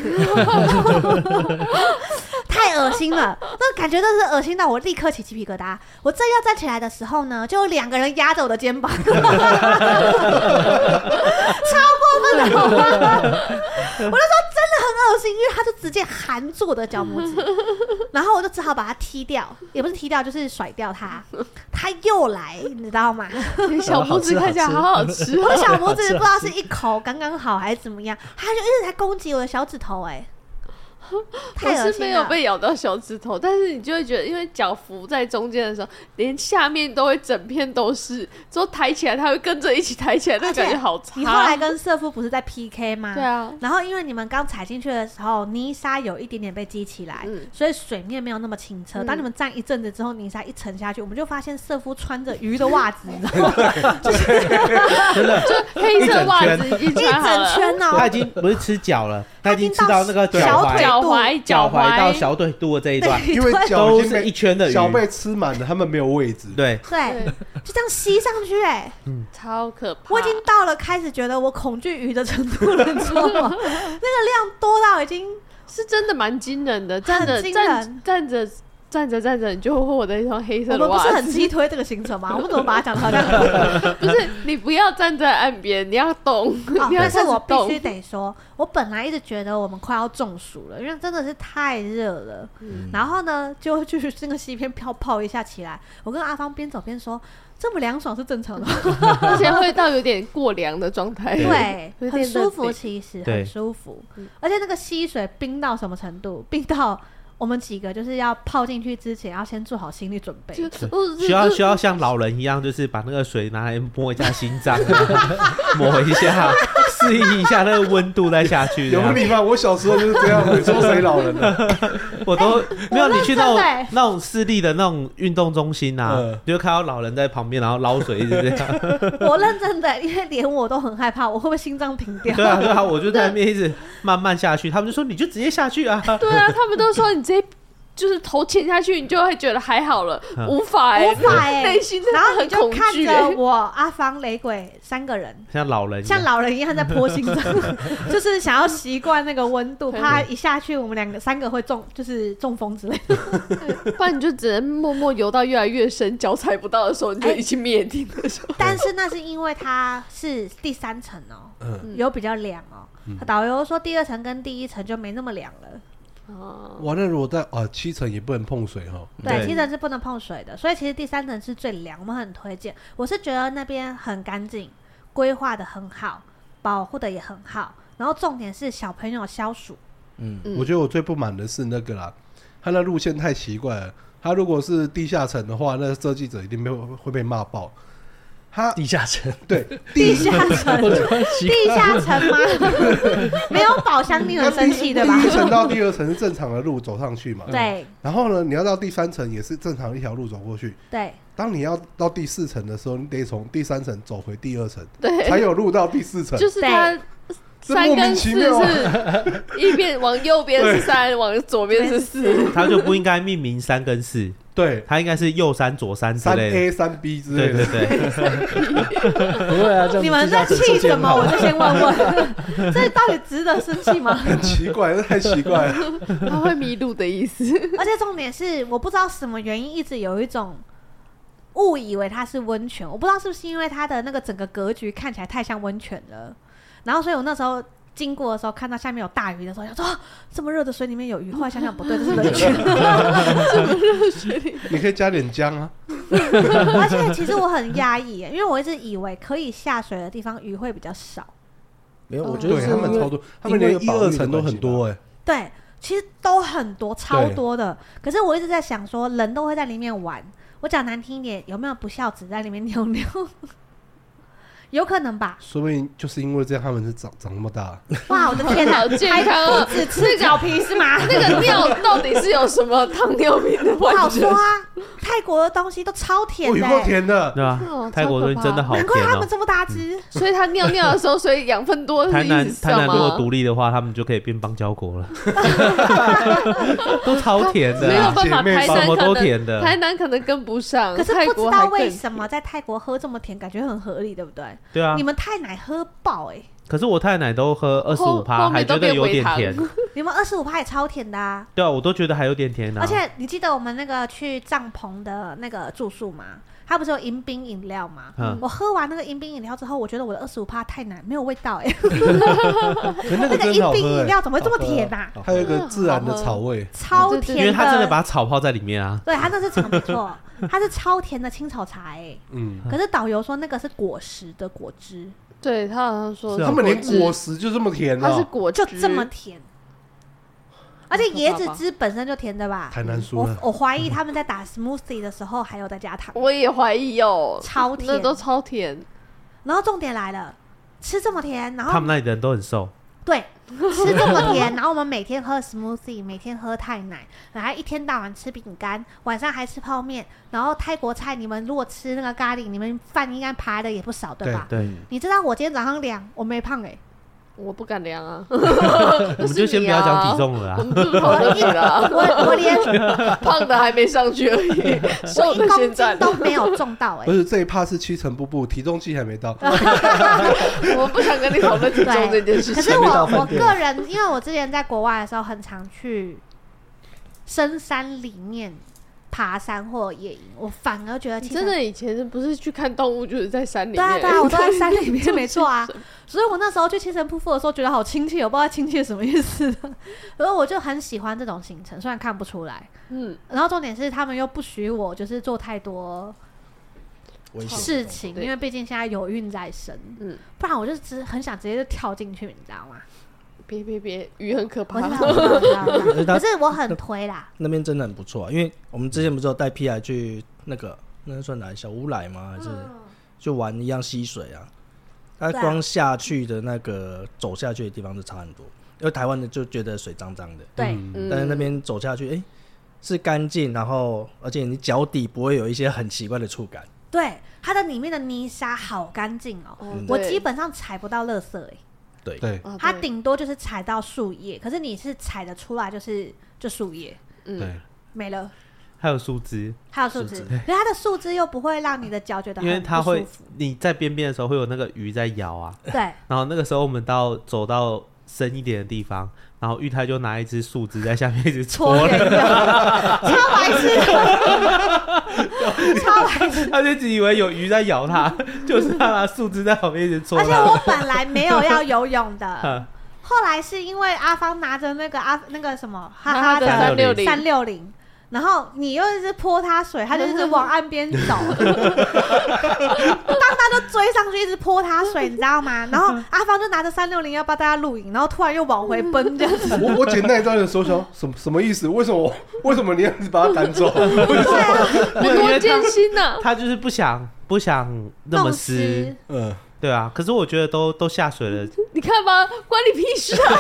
[SPEAKER 1] 太恶心了，那感觉真是恶心到我立刻起鸡皮疙瘩。我正要站起来的时候呢，就有两个人压着我的肩膀，超过分的好吗？我那时候真的很恶心，因为他就直接含住我的脚拇指，然后我就只好把它踢掉，也不是踢掉，就是甩掉它。他又来，你知道吗？
[SPEAKER 3] 你嗯小拇指看起来好好吃哦。
[SPEAKER 1] 我
[SPEAKER 3] <laughs>
[SPEAKER 1] 小拇指不知道是一口刚刚好还是怎么样，他就一直在攻击我的小指头、哎，
[SPEAKER 3] 我
[SPEAKER 1] 太恶
[SPEAKER 3] 是
[SPEAKER 1] 心
[SPEAKER 3] 没
[SPEAKER 1] 了
[SPEAKER 3] 有。被咬到小指头，但是你就会觉得，因为脚浮在中间的时候，连下面都会整片都是，之后抬起来它会跟着一起抬起来，那
[SPEAKER 1] 而且
[SPEAKER 3] 感觉好差。
[SPEAKER 1] 你后来跟社夫不是在 PK 吗？
[SPEAKER 3] 对。啊，
[SPEAKER 1] 然后因为你们刚踩进去的时候，泥沙有一点点被激起来，
[SPEAKER 3] 嗯
[SPEAKER 1] 所以水面没有那么清澈。
[SPEAKER 3] 嗯
[SPEAKER 1] 当你们站一阵子之后，泥沙一沉下去，我们就发现社夫穿着鱼的袜子，你知
[SPEAKER 3] <laughs>
[SPEAKER 1] 道吗？
[SPEAKER 3] 黑色袜子已经
[SPEAKER 1] 一
[SPEAKER 3] 穿好
[SPEAKER 1] 整
[SPEAKER 3] 了，
[SPEAKER 1] 圈哦、
[SPEAKER 5] 他已经不是吃脚了，他已经吃
[SPEAKER 1] 到
[SPEAKER 5] 到那个
[SPEAKER 1] 小
[SPEAKER 5] 脚
[SPEAKER 1] 腿
[SPEAKER 5] 踝、
[SPEAKER 3] 脚踝、
[SPEAKER 5] 脚踝到
[SPEAKER 3] 踝，
[SPEAKER 5] 小腿肚的这一段，
[SPEAKER 4] 因为脚
[SPEAKER 5] 都
[SPEAKER 4] 已经
[SPEAKER 5] 是一
[SPEAKER 4] 被
[SPEAKER 5] 圈的鱼。
[SPEAKER 4] 脚被吃满了，他们没有位置。
[SPEAKER 5] 对，
[SPEAKER 1] 对，
[SPEAKER 3] 对，
[SPEAKER 1] 就这样吸上去、哎，
[SPEAKER 3] 超可怕。
[SPEAKER 1] 我已经到了开始觉得我恐惧鱼的程度了，你知道吗？
[SPEAKER 3] <laughs>
[SPEAKER 1] 那个量多到已经
[SPEAKER 3] 是真的蛮惊人的，站着
[SPEAKER 1] 很惊人
[SPEAKER 3] 站站着站着站着，你就会获得一双黑色
[SPEAKER 1] 我
[SPEAKER 3] 的
[SPEAKER 1] 们不
[SPEAKER 3] 袜
[SPEAKER 1] 是很
[SPEAKER 3] 子。
[SPEAKER 1] 激推这个行程吗？我们怎么把它讲成好 <laughs> 像？
[SPEAKER 3] 不是你不要站在岸边，你要
[SPEAKER 1] <laughs>
[SPEAKER 3] 动，
[SPEAKER 1] 哦
[SPEAKER 3] <laughs> 你要
[SPEAKER 1] 但是
[SPEAKER 3] 开始
[SPEAKER 1] 我必
[SPEAKER 3] 动
[SPEAKER 1] 须得说，我本来一直觉得我们快要中暑了，因为真的是太热了。然后呢， <laughs> 就就是那个西边飘泡一下起来，我跟阿芳边走边说，这么凉爽是正常的吗，
[SPEAKER 3] 而且会到有点过凉的状态。
[SPEAKER 1] 对，
[SPEAKER 3] 有
[SPEAKER 1] 很
[SPEAKER 3] 点
[SPEAKER 1] 舒服，
[SPEAKER 3] 冷
[SPEAKER 1] 其实
[SPEAKER 5] 对
[SPEAKER 1] 很舒服。而且那个溪水冰到什么程度？冰到我们几个就是要泡进去之前，要先做好心理准备。
[SPEAKER 3] 就呃
[SPEAKER 5] 对
[SPEAKER 3] 我
[SPEAKER 5] 需要
[SPEAKER 3] 就
[SPEAKER 5] 需要像老人一样，就是把那个水拿来摸一下心脏，啊 <laughs> 抹一下，适应一下那个温度再下去。这
[SPEAKER 4] 有
[SPEAKER 5] 样
[SPEAKER 4] 个地方，我小时候就是这样，你说谁 <laughs> 老人了？
[SPEAKER 5] 我都没有
[SPEAKER 1] 我
[SPEAKER 5] 你去那
[SPEAKER 1] 认真欸
[SPEAKER 5] 种那种私立的那种运动中心啊
[SPEAKER 4] 嗯，
[SPEAKER 5] 你就看到老人在旁边，然后捞水一直这样。
[SPEAKER 1] 我认真的，因为连我都很害怕，我会不会心脏停掉？
[SPEAKER 5] <laughs> 对啊，对啊，我就在那边一直慢慢下去，他们就说你就直接下去啊。
[SPEAKER 3] 对啊，他们都说你直接就是头潜下去，你就会觉得还好了，
[SPEAKER 5] 嗯
[SPEAKER 3] 无法欸
[SPEAKER 1] 无法欸
[SPEAKER 3] 内心真的
[SPEAKER 1] 然后你
[SPEAKER 3] 很
[SPEAKER 1] 就
[SPEAKER 3] 恐
[SPEAKER 1] 看
[SPEAKER 3] 惧
[SPEAKER 1] 着
[SPEAKER 3] 欸。
[SPEAKER 1] 我阿芳、雷鬼三个人，
[SPEAKER 5] 像老人一
[SPEAKER 1] 像
[SPEAKER 5] 样，
[SPEAKER 1] 老人一样在坡心上，就是想要习惯那个温度，
[SPEAKER 3] 对
[SPEAKER 1] 怕一下去我们两个三个会中，就是中风之类的。
[SPEAKER 3] 不然你就只能默默游到越来越深，脚踩不到的时候，你就
[SPEAKER 1] 哎
[SPEAKER 3] 已经灭顶的时候。
[SPEAKER 1] 但是那是因为它是第三层哦，
[SPEAKER 4] 嗯，
[SPEAKER 1] 有比较凉哦。导游说第二层跟第一层就没那么凉了，
[SPEAKER 3] 哦，
[SPEAKER 4] 哇，那如果在啊七层也不能碰水哈，
[SPEAKER 1] 对，
[SPEAKER 5] 对
[SPEAKER 1] 七层是不能碰水的，所以其实第三层是最凉，我们很推荐。我是觉得那边很干净，规划的很好，保护的也很好，然后重点是小朋友消暑，
[SPEAKER 2] 嗯，
[SPEAKER 3] 嗯
[SPEAKER 4] 我觉得我最不满的是那个啦，他那路线太奇怪了。他如果是地下层的话，那设计者一定被会被骂爆。他
[SPEAKER 2] 地下城，
[SPEAKER 4] 对
[SPEAKER 1] 地
[SPEAKER 4] 地
[SPEAKER 1] 下层。
[SPEAKER 2] 我突然奇
[SPEAKER 1] 地下城 <laughs> 吗？没有宝箱，你很生气对吧？
[SPEAKER 4] 第一层到第二层是正常的路走上去嘛，。
[SPEAKER 1] <laughs> 对
[SPEAKER 4] 然后呢，你要到第三层也是正常一条路走过去。
[SPEAKER 1] 对，
[SPEAKER 4] 当你要到第四层的时候，你得从第三层走回第二层，
[SPEAKER 1] <laughs>
[SPEAKER 3] 对，
[SPEAKER 4] 才有路到第四层。
[SPEAKER 3] 就是它
[SPEAKER 4] 这
[SPEAKER 3] 三
[SPEAKER 4] 莫名
[SPEAKER 3] 跟四
[SPEAKER 4] 其妙
[SPEAKER 3] 是 <laughs> 一边往右边是三，往左边
[SPEAKER 1] <laughs>
[SPEAKER 3] 是四。
[SPEAKER 5] 他就不应该命名三跟四，
[SPEAKER 4] 对，
[SPEAKER 5] 他应该是右三左三之
[SPEAKER 4] 三
[SPEAKER 1] <laughs>
[SPEAKER 5] 类的。
[SPEAKER 4] A 三 B 之类的
[SPEAKER 5] 对对。对，
[SPEAKER 2] 不会啊，这样
[SPEAKER 1] 你们
[SPEAKER 2] 地下
[SPEAKER 1] 在
[SPEAKER 2] 城
[SPEAKER 1] 气
[SPEAKER 2] 是
[SPEAKER 1] 什
[SPEAKER 2] 健
[SPEAKER 1] 么？
[SPEAKER 2] 康
[SPEAKER 1] 我就先问问， <laughs> 这到底值得生气吗？
[SPEAKER 4] 很奇怪，这太奇怪了。
[SPEAKER 3] 他会迷路的意思。
[SPEAKER 1] <laughs> 而且重点是，我不知道什么原因，一直有一种误以为它是温泉。我不知道是不是因为它的那个整个格局看起来太像温泉了，然后所以我那时候。经过的时候看到下面有大鱼的时候，想说、啊、这么热的水里面有鱼，后来想想不对，这是冷泉。
[SPEAKER 4] 你可以加点姜啊。 <laughs>
[SPEAKER 1] 而且其实我很压抑耶，因为我一直以为可以下水的地方鱼会比较少。
[SPEAKER 2] 没有，
[SPEAKER 3] 哦
[SPEAKER 2] 我觉得
[SPEAKER 4] 对
[SPEAKER 2] 是
[SPEAKER 4] 他们
[SPEAKER 2] 因为
[SPEAKER 4] 超多，他们连
[SPEAKER 2] 因为
[SPEAKER 4] 一
[SPEAKER 2] 有保育
[SPEAKER 4] 二
[SPEAKER 2] 的
[SPEAKER 4] 层都很多哎、
[SPEAKER 1] 对，其实都很多，超
[SPEAKER 4] 对
[SPEAKER 1] 多的。可是我一直在想说，人都会在里面玩。我讲难听一点，有没有不孝子在里面尿尿？ <laughs> 有可能吧。
[SPEAKER 4] 说不定就是因为这样，他们是长长那么大。
[SPEAKER 1] 哇，我的天
[SPEAKER 3] <laughs>
[SPEAKER 1] 哪，
[SPEAKER 3] <laughs> 好健康
[SPEAKER 1] 还
[SPEAKER 3] 哦
[SPEAKER 1] 不止吃脚皮是吗？
[SPEAKER 3] 那个尿到底是有什么糖尿病的
[SPEAKER 1] 不好
[SPEAKER 3] 患
[SPEAKER 1] 说
[SPEAKER 3] 者？
[SPEAKER 1] 啊，泰国的东西都超
[SPEAKER 4] <laughs>
[SPEAKER 1] 甜
[SPEAKER 4] 哦，
[SPEAKER 1] 的
[SPEAKER 4] 有够
[SPEAKER 1] 欸、
[SPEAKER 4] 甜的，
[SPEAKER 5] 对吧
[SPEAKER 3] 哦？
[SPEAKER 5] 泰国东西真的好
[SPEAKER 1] 难怪
[SPEAKER 5] 甜
[SPEAKER 1] 他
[SPEAKER 5] 哦
[SPEAKER 1] 们。这么大
[SPEAKER 4] 嗯
[SPEAKER 1] 只。
[SPEAKER 3] 所以他尿尿的时候，所以养分多
[SPEAKER 5] 台
[SPEAKER 3] 是
[SPEAKER 5] 南
[SPEAKER 3] 意思
[SPEAKER 5] 台
[SPEAKER 3] 是
[SPEAKER 5] 南
[SPEAKER 3] 吗
[SPEAKER 5] 如果独立的话，他们就可以变邦交国了， <laughs> 都超甜的
[SPEAKER 3] 没有
[SPEAKER 5] 啊，
[SPEAKER 3] 办法，
[SPEAKER 4] 姐妹
[SPEAKER 3] 台
[SPEAKER 5] 什
[SPEAKER 3] 南
[SPEAKER 5] 么
[SPEAKER 3] 可
[SPEAKER 5] 都
[SPEAKER 3] 能
[SPEAKER 5] 甜的。
[SPEAKER 3] 台南可能跟不上，
[SPEAKER 1] 可是
[SPEAKER 3] 泰
[SPEAKER 1] 不
[SPEAKER 3] 国
[SPEAKER 1] 知
[SPEAKER 3] 还
[SPEAKER 1] 道
[SPEAKER 3] 更
[SPEAKER 1] 为什么在泰国喝这么甜，感觉很合理，对不对？
[SPEAKER 5] 对啊
[SPEAKER 1] 你，们太奶喝爆哎、
[SPEAKER 5] 可是我太奶都喝二十
[SPEAKER 3] 后
[SPEAKER 5] 五趴，
[SPEAKER 3] 后
[SPEAKER 5] 还
[SPEAKER 3] 面
[SPEAKER 5] 觉
[SPEAKER 3] 都
[SPEAKER 5] 得
[SPEAKER 3] 变
[SPEAKER 5] 有
[SPEAKER 3] 微
[SPEAKER 5] 点
[SPEAKER 3] 糖
[SPEAKER 5] 甜。
[SPEAKER 1] 你们二十五趴也超甜的啊！
[SPEAKER 5] 对啊，我都觉得还有点甜啊呢
[SPEAKER 1] 而。且你记得我们那个去帐篷的那个住宿吗？它不是有迎宾饮料吗？
[SPEAKER 5] 嗯
[SPEAKER 1] 我喝完那个迎宾饮料之后，我觉得
[SPEAKER 4] 哦
[SPEAKER 1] 我的二十五趴太难，没有味道哎、
[SPEAKER 4] <laughs> 可是那
[SPEAKER 1] 那
[SPEAKER 5] <laughs>
[SPEAKER 4] 个
[SPEAKER 1] 个
[SPEAKER 4] 真的
[SPEAKER 1] 迎 <laughs>
[SPEAKER 4] 好
[SPEAKER 1] 宾
[SPEAKER 4] 喝
[SPEAKER 1] 饮
[SPEAKER 4] 哎、
[SPEAKER 1] 料怎么会这么甜呐、
[SPEAKER 2] 好喝
[SPEAKER 4] 还有一个自然的草味，
[SPEAKER 1] 超
[SPEAKER 3] 对对
[SPEAKER 1] 甜
[SPEAKER 3] 对
[SPEAKER 5] 因为他真的
[SPEAKER 1] 的，
[SPEAKER 5] 把草泡在里面啊。
[SPEAKER 1] 对，它那是长没错，
[SPEAKER 4] <laughs>
[SPEAKER 1] 它是超甜的青草茶哎、
[SPEAKER 4] 嗯，
[SPEAKER 1] 可是导游说那个是果实的果汁，
[SPEAKER 3] 对他好像说
[SPEAKER 5] 是啊
[SPEAKER 4] 他们连
[SPEAKER 3] 汁
[SPEAKER 4] 果，实就这么甜
[SPEAKER 3] 它是
[SPEAKER 4] 哦、
[SPEAKER 3] 果汁，
[SPEAKER 1] 就这么甜，而且椰子汁本身就甜的吧？
[SPEAKER 4] 太难说
[SPEAKER 1] 我
[SPEAKER 4] 了。
[SPEAKER 1] 我怀疑他们在打 smoothie 的时候还有在加糖，
[SPEAKER 3] 我也怀疑哦，
[SPEAKER 1] 超甜
[SPEAKER 3] 那都超甜，
[SPEAKER 1] 然后重点来了，吃这么甜，然后
[SPEAKER 5] 他们那里的人都很瘦，
[SPEAKER 1] 对，吃这么甜，然后我们每天喝 smoothie，每天喝泰奶，然后一天到晚吃饼干，晚上还吃泡面，然后泰国菜，你们如果吃那个咖喱，你们饭应该排的也不少，对吧？
[SPEAKER 5] 对，
[SPEAKER 1] 你知道我今天早上量我没胖哎、
[SPEAKER 3] 我不敢量啊，
[SPEAKER 5] 我们就先不要讲体重了
[SPEAKER 3] 我
[SPEAKER 5] 啊。
[SPEAKER 3] 们不是讨论这
[SPEAKER 1] <laughs>
[SPEAKER 3] 个啊， <laughs>
[SPEAKER 1] 我我连我
[SPEAKER 3] 胖的还没上去而已，瘦
[SPEAKER 1] 一
[SPEAKER 3] 的
[SPEAKER 1] 公
[SPEAKER 3] 先
[SPEAKER 1] 斤
[SPEAKER 3] 占。
[SPEAKER 1] 都没有重到哎、
[SPEAKER 4] 不是这一趴是七层步步，体重计还没
[SPEAKER 3] <laughs>
[SPEAKER 4] 到。
[SPEAKER 3] 我不想跟你讨论体重这件事
[SPEAKER 1] 可
[SPEAKER 3] 情
[SPEAKER 1] 是。
[SPEAKER 2] 还没
[SPEAKER 1] 我
[SPEAKER 2] 到饭
[SPEAKER 1] 我
[SPEAKER 2] 店
[SPEAKER 1] 个人，因为我之前在国外的时候，很常去深山里面爬山或野营，我反而觉得
[SPEAKER 3] 你
[SPEAKER 1] 其实
[SPEAKER 3] 真的以前不是去看动物，就是在山里面。
[SPEAKER 1] 对啊对啊，我
[SPEAKER 3] <laughs>
[SPEAKER 1] 都在山里面，没错啊
[SPEAKER 3] 是。
[SPEAKER 1] 所以我那时候去七层瀑布的时候，觉得好亲切，我不知道亲切什么意思 <laughs> 的。然后我就很喜欢这种行程，虽然看不出来。
[SPEAKER 3] 嗯，
[SPEAKER 1] 然后重点是他们又不许我就是做太多
[SPEAKER 2] 危险 <laughs>
[SPEAKER 1] 事情，
[SPEAKER 3] 对
[SPEAKER 1] 因为毕竟现在有孕在身，
[SPEAKER 3] 嗯
[SPEAKER 1] 不然我就只很想直接就跳进去，你知道
[SPEAKER 3] <laughs>
[SPEAKER 1] 吗？
[SPEAKER 3] 别别别，鱼很可
[SPEAKER 1] 我
[SPEAKER 3] 怕
[SPEAKER 1] 知。道，我知道我知道
[SPEAKER 2] <laughs>
[SPEAKER 1] 我知道
[SPEAKER 2] 而且他
[SPEAKER 1] 可是我很推啦，
[SPEAKER 2] 那边真的很不错、啊，因为我们之前不是有带 P I 去那个那算哪里小乌来吗？还是就玩一样溪水啊？它
[SPEAKER 1] 嗯对啊
[SPEAKER 2] 光下去的那个走下去的地方就差很多，因为台湾的就觉得水脏脏的，
[SPEAKER 1] 对，
[SPEAKER 4] 嗯
[SPEAKER 3] 嗯
[SPEAKER 2] 但是那边走下去，哎、是干净，然后而且你脚底不会有一些很奇怪的触感。
[SPEAKER 1] 对，它的里面的泥沙好干净哦，
[SPEAKER 3] 哦
[SPEAKER 1] 我
[SPEAKER 3] 对
[SPEAKER 1] 基本上踩不到垃圾哎。
[SPEAKER 2] 对，
[SPEAKER 4] 对，
[SPEAKER 3] 啊
[SPEAKER 1] 它
[SPEAKER 3] 对
[SPEAKER 1] 顶多就是踩到树叶，可是你是踩得出来，就是就树叶。
[SPEAKER 3] 嗯
[SPEAKER 4] 对
[SPEAKER 1] 没了，
[SPEAKER 5] 还有树枝，
[SPEAKER 1] 还有树枝，可是它的树枝又不会让你的脚觉得
[SPEAKER 5] 因为
[SPEAKER 1] 很不
[SPEAKER 5] 它
[SPEAKER 1] 舒
[SPEAKER 5] 会
[SPEAKER 1] 服
[SPEAKER 5] 你在边边的时候会有那个鱼在咬啊， <laughs>
[SPEAKER 1] 对，
[SPEAKER 5] 然后那个时候我们到走到深一点的地方，然后玉泰就拿一只树枝在下面一直
[SPEAKER 1] 搓
[SPEAKER 5] 搓
[SPEAKER 1] 圆
[SPEAKER 5] 人，
[SPEAKER 1] 的，超白痴
[SPEAKER 5] <laughs>
[SPEAKER 1] 的，超白痴。
[SPEAKER 5] <laughs> 他就一直以为有鱼在咬
[SPEAKER 1] <laughs>
[SPEAKER 5] 他，就是他拿树枝在旁边一直搓
[SPEAKER 1] 而且
[SPEAKER 5] 他。
[SPEAKER 1] 我本来没有要游泳的，
[SPEAKER 5] 哈
[SPEAKER 1] 后来是因为阿芳拿着那个阿那个什么哈
[SPEAKER 3] 然后
[SPEAKER 1] 哈
[SPEAKER 3] 他的
[SPEAKER 1] 的
[SPEAKER 3] 三六零，
[SPEAKER 1] 三六零，然后你又一直泼他水，他就一直往岸边
[SPEAKER 3] <laughs>
[SPEAKER 1] 走，当他就追上去一直泼他水，你知道吗？然后阿芳就拿着三六零要帮大家录影，然后突然又往回奔这样子，
[SPEAKER 4] 我我捡那一段的时候想，什么什么意思？为什么为什么你要一直把他赶走？ <laughs> 为什么？
[SPEAKER 3] 我多艰辛呐！
[SPEAKER 5] 嗯他就是不想不想 <laughs> 那么
[SPEAKER 1] 弄
[SPEAKER 5] 湿
[SPEAKER 1] 湿，，
[SPEAKER 4] 嗯，
[SPEAKER 5] 对啊。可是我觉得都都下
[SPEAKER 1] <laughs>
[SPEAKER 5] 水了，
[SPEAKER 3] 你看吧，关你屁事啊！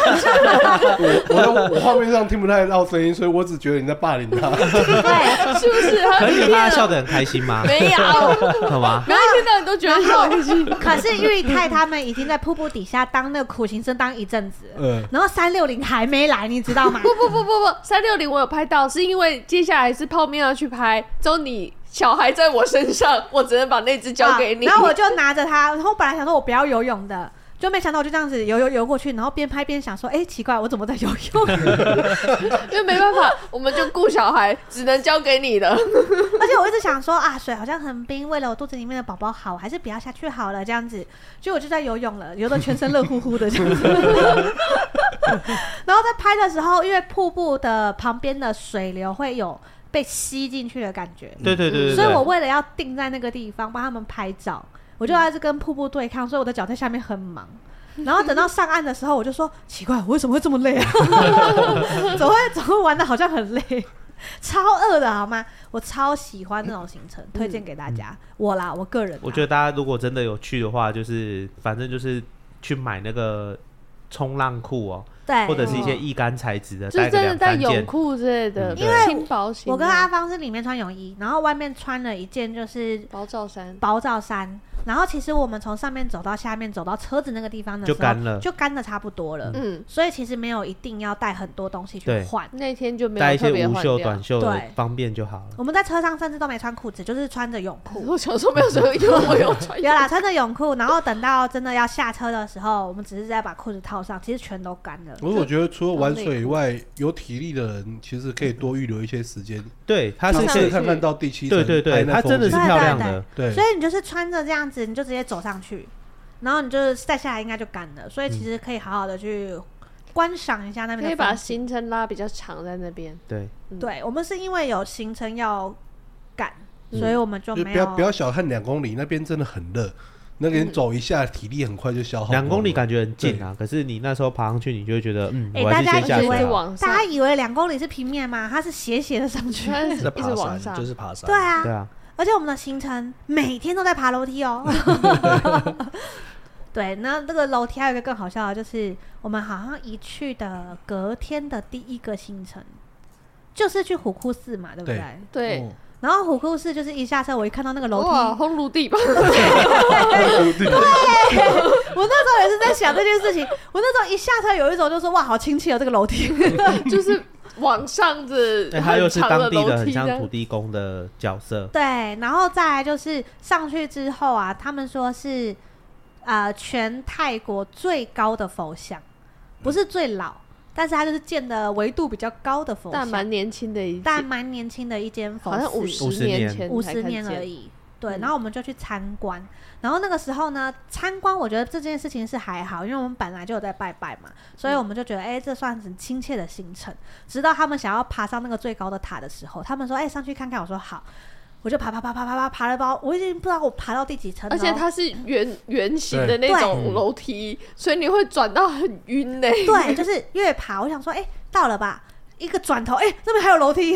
[SPEAKER 4] 我我我画面上听不太到声音，所以我只觉得你在霸凌
[SPEAKER 5] <laughs>
[SPEAKER 4] 他。
[SPEAKER 1] 对。
[SPEAKER 3] 是不是？他
[SPEAKER 5] 可是
[SPEAKER 3] 今
[SPEAKER 5] 你看他
[SPEAKER 3] 天
[SPEAKER 5] 笑得很开心
[SPEAKER 1] <laughs>
[SPEAKER 5] 吗？
[SPEAKER 3] 没有，
[SPEAKER 5] 好吗？
[SPEAKER 3] 然后听到你都觉得很开心。
[SPEAKER 1] 可是玉泰他们已经在瀑布底下当那个苦行僧当一阵子了，
[SPEAKER 4] 嗯，
[SPEAKER 1] 然后三六零还没来，你知道
[SPEAKER 5] <laughs>
[SPEAKER 1] 吗？
[SPEAKER 3] 不不不不不，三六零我有拍到，是因为接下来是泡面要去拍，之后你小孩在我身上，我只能把那只交给你。
[SPEAKER 1] 啊然后我就拿着它，然后本来想说我不要游泳的。就没想到我就这样子游游游过去，然后边拍边想说，哎、奇怪，我怎么在游泳？
[SPEAKER 3] <laughs> 因为没办法，我们就顾小孩，只能交给你了。
[SPEAKER 1] <laughs> 而且我一直想说啊，水好像很冰，为了我肚子里面的宝宝好，我还是不要下去好了，这样子。结果我就在游泳了，游的全身热乎乎的这样子。 <laughs> 然后在拍的时候，因为瀑布的旁边的水流会有被吸进去的感觉，
[SPEAKER 5] 对对对对对。
[SPEAKER 1] 所以我为了要定在那个地方帮他们拍照，我就要一直跟瀑布对抗，所以我的脚在下面很忙。然后等到上岸的时候，我就说奇怪，我为什么会这么累
[SPEAKER 5] <laughs>
[SPEAKER 1] 啊？怎么会怎么会玩的好像很累？超饿的好吗？我超喜欢那种行程，推荐给大家。我啦，我个人啦，
[SPEAKER 5] 嗯我觉得大家如果真的有去的话，就是反正就是去买那个冲浪裤哦，
[SPEAKER 1] 对，
[SPEAKER 5] 或者是一
[SPEAKER 4] 嗯
[SPEAKER 5] 些易干材质的，
[SPEAKER 3] 就
[SPEAKER 5] 带
[SPEAKER 3] 是
[SPEAKER 5] 个
[SPEAKER 3] 真的
[SPEAKER 5] 两
[SPEAKER 3] 带
[SPEAKER 5] 三
[SPEAKER 3] 泳
[SPEAKER 5] 件。
[SPEAKER 3] 裤之类的，
[SPEAKER 5] 嗯
[SPEAKER 1] 因为
[SPEAKER 3] 轻薄型的。
[SPEAKER 1] 我跟阿芳是里面穿泳衣，然后外面穿了一件就是
[SPEAKER 3] 包罩衫，
[SPEAKER 1] 薄罩衫，然后其实我们从上面走到下面，走到车子那个地方的时
[SPEAKER 5] 就
[SPEAKER 1] 候，
[SPEAKER 5] 干了
[SPEAKER 1] 就干的差不多了。
[SPEAKER 3] 嗯，
[SPEAKER 1] 所以其实没有一定要带很多东西去
[SPEAKER 5] 对
[SPEAKER 1] 换。
[SPEAKER 3] 那天就没
[SPEAKER 5] 带
[SPEAKER 3] 有
[SPEAKER 5] 一
[SPEAKER 3] 特
[SPEAKER 5] 些
[SPEAKER 3] 别
[SPEAKER 5] 无
[SPEAKER 3] 换
[SPEAKER 5] 袖、
[SPEAKER 3] 掉
[SPEAKER 5] 短。袖的
[SPEAKER 1] 对
[SPEAKER 5] 方便就好了。
[SPEAKER 1] 我们在车上甚至都没穿裤子，就是穿着泳
[SPEAKER 3] <laughs>
[SPEAKER 1] 裤。
[SPEAKER 3] 我想说没有什么用，我有
[SPEAKER 1] <laughs>
[SPEAKER 3] 穿。
[SPEAKER 1] 有啦，穿着泳裤，然后等到真的要下车的时候，我们只是在把裤子套上，其实全都干了。
[SPEAKER 4] 我我觉得除了玩水以外，有体力的人其实可以多预留一些时间，
[SPEAKER 5] 对，它是
[SPEAKER 3] 上
[SPEAKER 5] 可
[SPEAKER 4] 试
[SPEAKER 3] 去
[SPEAKER 4] 试
[SPEAKER 5] 以，
[SPEAKER 4] 看看到第七层
[SPEAKER 5] 对对
[SPEAKER 4] 拍
[SPEAKER 5] 对，
[SPEAKER 4] 那
[SPEAKER 5] 它真的是
[SPEAKER 4] 风景
[SPEAKER 5] 漂亮
[SPEAKER 1] 对对
[SPEAKER 5] 的。
[SPEAKER 4] 对
[SPEAKER 1] 所以你就是穿着这样子，你就直接走上去，然后你就是再下来应该就干了。所以其实可以好好的去观赏一下那边
[SPEAKER 3] 可
[SPEAKER 1] 的
[SPEAKER 3] 以把
[SPEAKER 1] 风景
[SPEAKER 3] 行程拉比较长在那边，
[SPEAKER 5] 对，
[SPEAKER 1] 对我们是因为有行程要赶，
[SPEAKER 3] 嗯
[SPEAKER 1] 所以我们就
[SPEAKER 4] 就
[SPEAKER 1] 没
[SPEAKER 4] 不要
[SPEAKER 1] 有嗯
[SPEAKER 4] 不要小看两公里，那边真的很热，那个人走一下体力很快就消耗光了。
[SPEAKER 5] 两公里感觉很近啊，可是你那时候爬上去，你就会觉得，嗯，
[SPEAKER 1] 哎
[SPEAKER 5] 我还是
[SPEAKER 1] 大家
[SPEAKER 5] 先
[SPEAKER 3] 一
[SPEAKER 5] 下
[SPEAKER 3] 直
[SPEAKER 1] 以为
[SPEAKER 5] 水好了。
[SPEAKER 3] 往上
[SPEAKER 1] 大家，以为两公里是平面吗？它是斜斜的上去。
[SPEAKER 3] 它 <laughs> 一
[SPEAKER 2] 在
[SPEAKER 3] 直
[SPEAKER 2] 爬
[SPEAKER 3] 往
[SPEAKER 2] 山
[SPEAKER 3] 上
[SPEAKER 2] 就，是爬山，
[SPEAKER 1] 对啊，
[SPEAKER 5] 对啊，
[SPEAKER 1] 而且我们的行程每天都在爬楼梯哦。对，那这个楼梯还有一个更好笑的，就是我们好像一去的隔天的第一个行程，就是去虎窟寺嘛，对不对？
[SPEAKER 4] 对
[SPEAKER 3] 对，
[SPEAKER 1] 然后虎窟寺就是一下车，我一看到那个楼梯，
[SPEAKER 3] 哇，烘炉地吧，
[SPEAKER 1] 我那时候也是在想这件事情。我那时候一下车有一种就说哇，好亲切哦，这个楼梯。
[SPEAKER 3] <laughs> 就是往上的
[SPEAKER 5] 哎，它又
[SPEAKER 3] 很
[SPEAKER 5] 是
[SPEAKER 3] 长
[SPEAKER 5] 当
[SPEAKER 3] 的
[SPEAKER 5] 地的
[SPEAKER 3] 楼
[SPEAKER 5] 很
[SPEAKER 3] 梯这
[SPEAKER 5] 像土
[SPEAKER 3] 样。
[SPEAKER 5] 地公的角色，
[SPEAKER 1] 对，然后再来就是上去之后啊，他们说是呃全泰国最高的佛像，不是最老，但是它就是建的维度比较高的佛
[SPEAKER 3] 但
[SPEAKER 1] 像，
[SPEAKER 3] 蛮年轻的一届，
[SPEAKER 1] 但蛮年轻的一间佛
[SPEAKER 3] 好像五
[SPEAKER 1] 寺，
[SPEAKER 5] 50
[SPEAKER 3] 十年前
[SPEAKER 1] 五
[SPEAKER 3] 才
[SPEAKER 1] 十
[SPEAKER 3] 看
[SPEAKER 1] 年而
[SPEAKER 3] 见
[SPEAKER 1] 已。对，
[SPEAKER 3] 嗯
[SPEAKER 1] 然后我们就去参观，然后那个时候呢，参观我觉得这件事情是还好，因为我们本来就有在拜拜嘛，所以
[SPEAKER 3] 嗯
[SPEAKER 1] 我们就觉得，哎、这算很亲切的行程。直到他们想要爬上那个最高的塔的时候，他们说，哎、上去看看。我说好，我就爬爬爬爬爬爬爬了包，我已经不知道我爬到第几层了哦，
[SPEAKER 3] 而且它是圆圆形的
[SPEAKER 1] 对
[SPEAKER 3] 那种楼梯，所以你会转到很晕嘞、
[SPEAKER 1] 对，就是越爬，我想说，哎、到了吧？一个转头，哎、这边还有楼梯，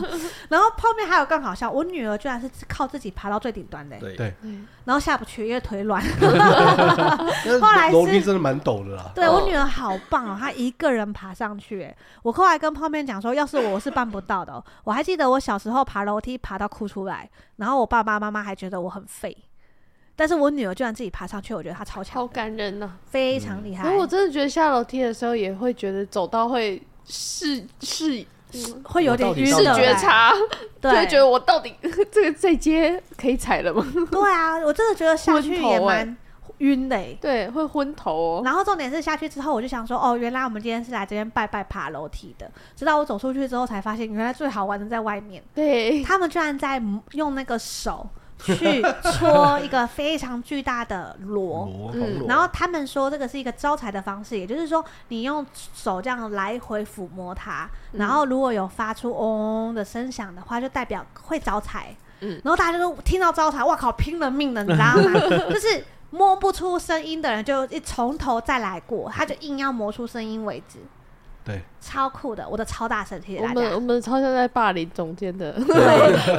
[SPEAKER 1] <laughs> 然后后面还有更好笑，我女儿居然是靠自己爬到最顶端的、
[SPEAKER 2] 对
[SPEAKER 4] 对
[SPEAKER 1] 然后下不去，因为腿
[SPEAKER 3] <laughs>
[SPEAKER 1] 软。
[SPEAKER 4] 那
[SPEAKER 1] 后来是
[SPEAKER 4] 楼梯真的蛮陡的啦。
[SPEAKER 1] 对
[SPEAKER 3] 哦
[SPEAKER 1] 我女儿好棒哦，她一个人爬上去、哎，我后来跟泡面讲说，要是我我是办不到的哦、我还记得我小时候爬楼梯爬到哭出来，然后我爸爸妈妈还觉得我很废，但是我女儿居然自己爬上去，我觉得她超强
[SPEAKER 3] 好
[SPEAKER 1] 的，
[SPEAKER 3] 感人呐、
[SPEAKER 1] 非
[SPEAKER 2] 嗯
[SPEAKER 1] 常厉害。
[SPEAKER 3] 然后我真的觉得下楼梯的时候也会觉得走到会视视嗯
[SPEAKER 1] 会有点
[SPEAKER 2] 我到底
[SPEAKER 1] 晕
[SPEAKER 2] 是
[SPEAKER 3] 视
[SPEAKER 1] 了
[SPEAKER 3] 觉
[SPEAKER 1] 欸，
[SPEAKER 3] 差，就会
[SPEAKER 1] 对，
[SPEAKER 3] 觉得我到底 <laughs> 这个这一阶可以踩了吗？
[SPEAKER 1] 对啊，我真的觉得下
[SPEAKER 3] 昏
[SPEAKER 1] 去
[SPEAKER 3] 头
[SPEAKER 1] 也
[SPEAKER 3] 欸
[SPEAKER 1] 蛮晕的欸。
[SPEAKER 3] 对，会昏头哦。
[SPEAKER 1] 然后重点是下去之后，我就想说，哦，原来我们今天是来这边拜拜爬楼梯的。直到我走出去之后，才发现原来最好玩的在外面，
[SPEAKER 3] 对，
[SPEAKER 1] 他们居然在用那个手去搓一个非常巨大的螺。
[SPEAKER 4] 螺
[SPEAKER 3] 嗯
[SPEAKER 4] 铜锣
[SPEAKER 1] 然后他们说这个是一个招财的方式，也就是说你用手这样来回抚摸它，
[SPEAKER 3] 嗯
[SPEAKER 1] 然后如果有发出嗡嗡的声响的话，就代表会招财。
[SPEAKER 3] 嗯
[SPEAKER 1] 然后大家就听到招财，哇靠，拼了命了，你知道吗？ <laughs> 就是摸不出声音的人就一从头再来过，他就硬要磨出声音为止，
[SPEAKER 4] 对，
[SPEAKER 1] 超酷的，我的超大神谢谢
[SPEAKER 3] 我
[SPEAKER 1] 大
[SPEAKER 3] 们我
[SPEAKER 1] 家。
[SPEAKER 3] 们超像在霸凌中间的，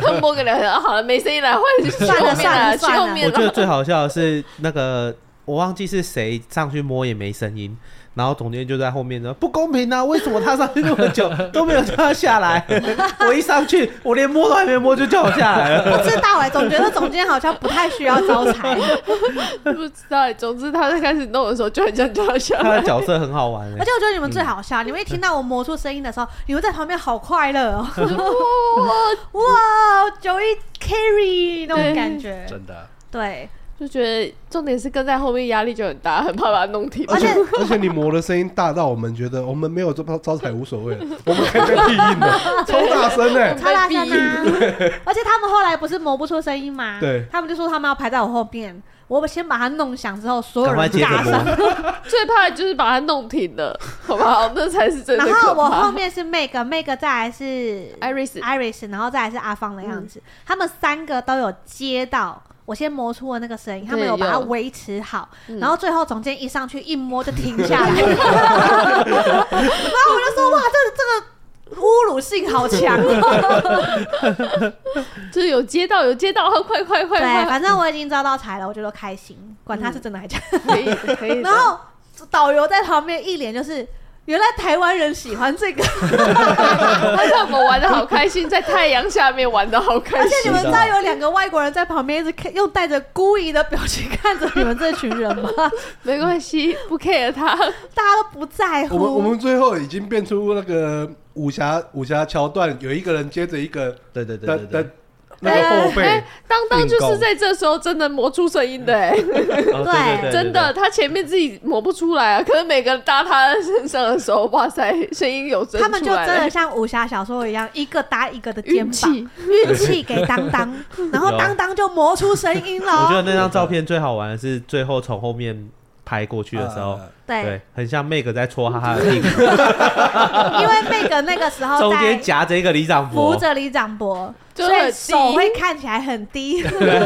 [SPEAKER 3] 他摸个两下，啊好了，没声音了，换去
[SPEAKER 1] <laughs> 算了
[SPEAKER 3] 后面了，
[SPEAKER 1] 算了
[SPEAKER 3] 去后
[SPEAKER 1] 算了
[SPEAKER 3] 面
[SPEAKER 5] 我觉得
[SPEAKER 3] 了。
[SPEAKER 5] 最好笑的是那个，我忘记是谁上去摸也没声音，然后总监就在后面说不公平啊，为什么他上去那么久 <laughs> 都没有叫他下来？ <laughs> 我一上去，我连摸都还没摸就叫我下来了。
[SPEAKER 1] 不知道哎、总觉得总监好像不太需要招
[SPEAKER 5] <laughs>
[SPEAKER 1] 财，
[SPEAKER 3] 不知道欸，总之他在开始弄的时候就很想掉下
[SPEAKER 5] 他
[SPEAKER 3] 来
[SPEAKER 5] 的。角色很好玩、
[SPEAKER 1] 而
[SPEAKER 5] 欸，
[SPEAKER 1] 且我觉得你们最好笑，你们一听到我磨出声音的时候，你们在旁边好快乐
[SPEAKER 5] <laughs>
[SPEAKER 1] 哦，哇哇，九一 carry 那种感觉，
[SPEAKER 4] 真的啊。
[SPEAKER 1] 对，
[SPEAKER 3] 就觉得重点是跟在后面压力就很大，很怕把它弄停。
[SPEAKER 1] 而且
[SPEAKER 4] 而且你磨的声音大到我们觉得我们没有招招财无所谓了，我们还在屁音的，
[SPEAKER 1] <laughs>
[SPEAKER 4] 超大声欸呢、
[SPEAKER 1] 超大声啊！而且他们后来不是磨不出声音吗？
[SPEAKER 4] 对
[SPEAKER 1] 他们就说他们要排在我后面，我先把它弄响之后，所有
[SPEAKER 5] 赶快
[SPEAKER 1] 人
[SPEAKER 5] 接着
[SPEAKER 1] 尬上。
[SPEAKER 5] 摸。
[SPEAKER 3] 最怕的就是把它弄停了，好不好？那才是真的
[SPEAKER 1] 然
[SPEAKER 3] 可怕。
[SPEAKER 1] 后我后面是 Meg，Meg 再来是
[SPEAKER 3] Iris
[SPEAKER 1] Iris，然后再来是阿芳的样子，他们三个都有接到。我先磨出了那个声音，他们
[SPEAKER 3] 对
[SPEAKER 1] 有把它
[SPEAKER 3] 有
[SPEAKER 1] 维持好，
[SPEAKER 3] 嗯
[SPEAKER 1] 然后最后总监一上去一摸就停下来，然后我就说哇，这这个侮辱性好强哦。
[SPEAKER 3] 就是有接到，有接到，快快快
[SPEAKER 1] 对，
[SPEAKER 3] 快！
[SPEAKER 1] 反正我已经招到财了，我觉得开心，管他是真的还假的
[SPEAKER 3] 可以的可以的。
[SPEAKER 1] <laughs> 然后导游在旁边一脸就是，原来台湾人喜欢这个，
[SPEAKER 3] 他让我们玩的好开心，在太阳下面玩的好开
[SPEAKER 1] 而
[SPEAKER 3] 心。
[SPEAKER 1] 且你们知道有两个外国人在旁边一直看，用带着孤疑的表情看着你们这群人吗？
[SPEAKER 3] 没关系，不 care 他。
[SPEAKER 1] 大家都不在乎。
[SPEAKER 4] 我们我们最后已经变出那个武侠武侠桥段，有一个人接着一个
[SPEAKER 2] 对对对
[SPEAKER 4] 的
[SPEAKER 2] 对对
[SPEAKER 4] 的，那个后
[SPEAKER 3] 哎
[SPEAKER 4] 背，
[SPEAKER 3] 当当就是在这时候真的磨出声音的、哎，
[SPEAKER 5] 哦对对对对对
[SPEAKER 3] 真的，他前面自己磨不出来啊。可是每个人搭他身上的时候，哇塞，声音有真出来
[SPEAKER 1] 他们就真的
[SPEAKER 3] 了
[SPEAKER 1] 像武侠小说一样，一个搭一个的肩
[SPEAKER 3] 运
[SPEAKER 1] 膀，
[SPEAKER 3] 气。啊
[SPEAKER 1] 运气给当
[SPEAKER 3] <laughs>
[SPEAKER 1] 当，然后
[SPEAKER 5] 有
[SPEAKER 1] 当当就磨出声音了
[SPEAKER 5] 我觉
[SPEAKER 1] 哦。
[SPEAKER 5] 得那张照片最好玩的是最后从后面拍过去的时
[SPEAKER 3] 哦
[SPEAKER 5] 候，
[SPEAKER 4] 呃
[SPEAKER 1] 对
[SPEAKER 5] 对，，很像 Meg 在戳哈哈的屁股，
[SPEAKER 1] 因为贝格那个时候
[SPEAKER 5] <laughs> 中间
[SPEAKER 1] 在
[SPEAKER 5] 夹着一个里长
[SPEAKER 1] 扶
[SPEAKER 5] 伯，
[SPEAKER 1] 着李长博，
[SPEAKER 3] 就
[SPEAKER 1] 所以
[SPEAKER 3] 很
[SPEAKER 1] 手
[SPEAKER 3] 低
[SPEAKER 1] 会看起来很
[SPEAKER 3] <laughs>
[SPEAKER 1] 低，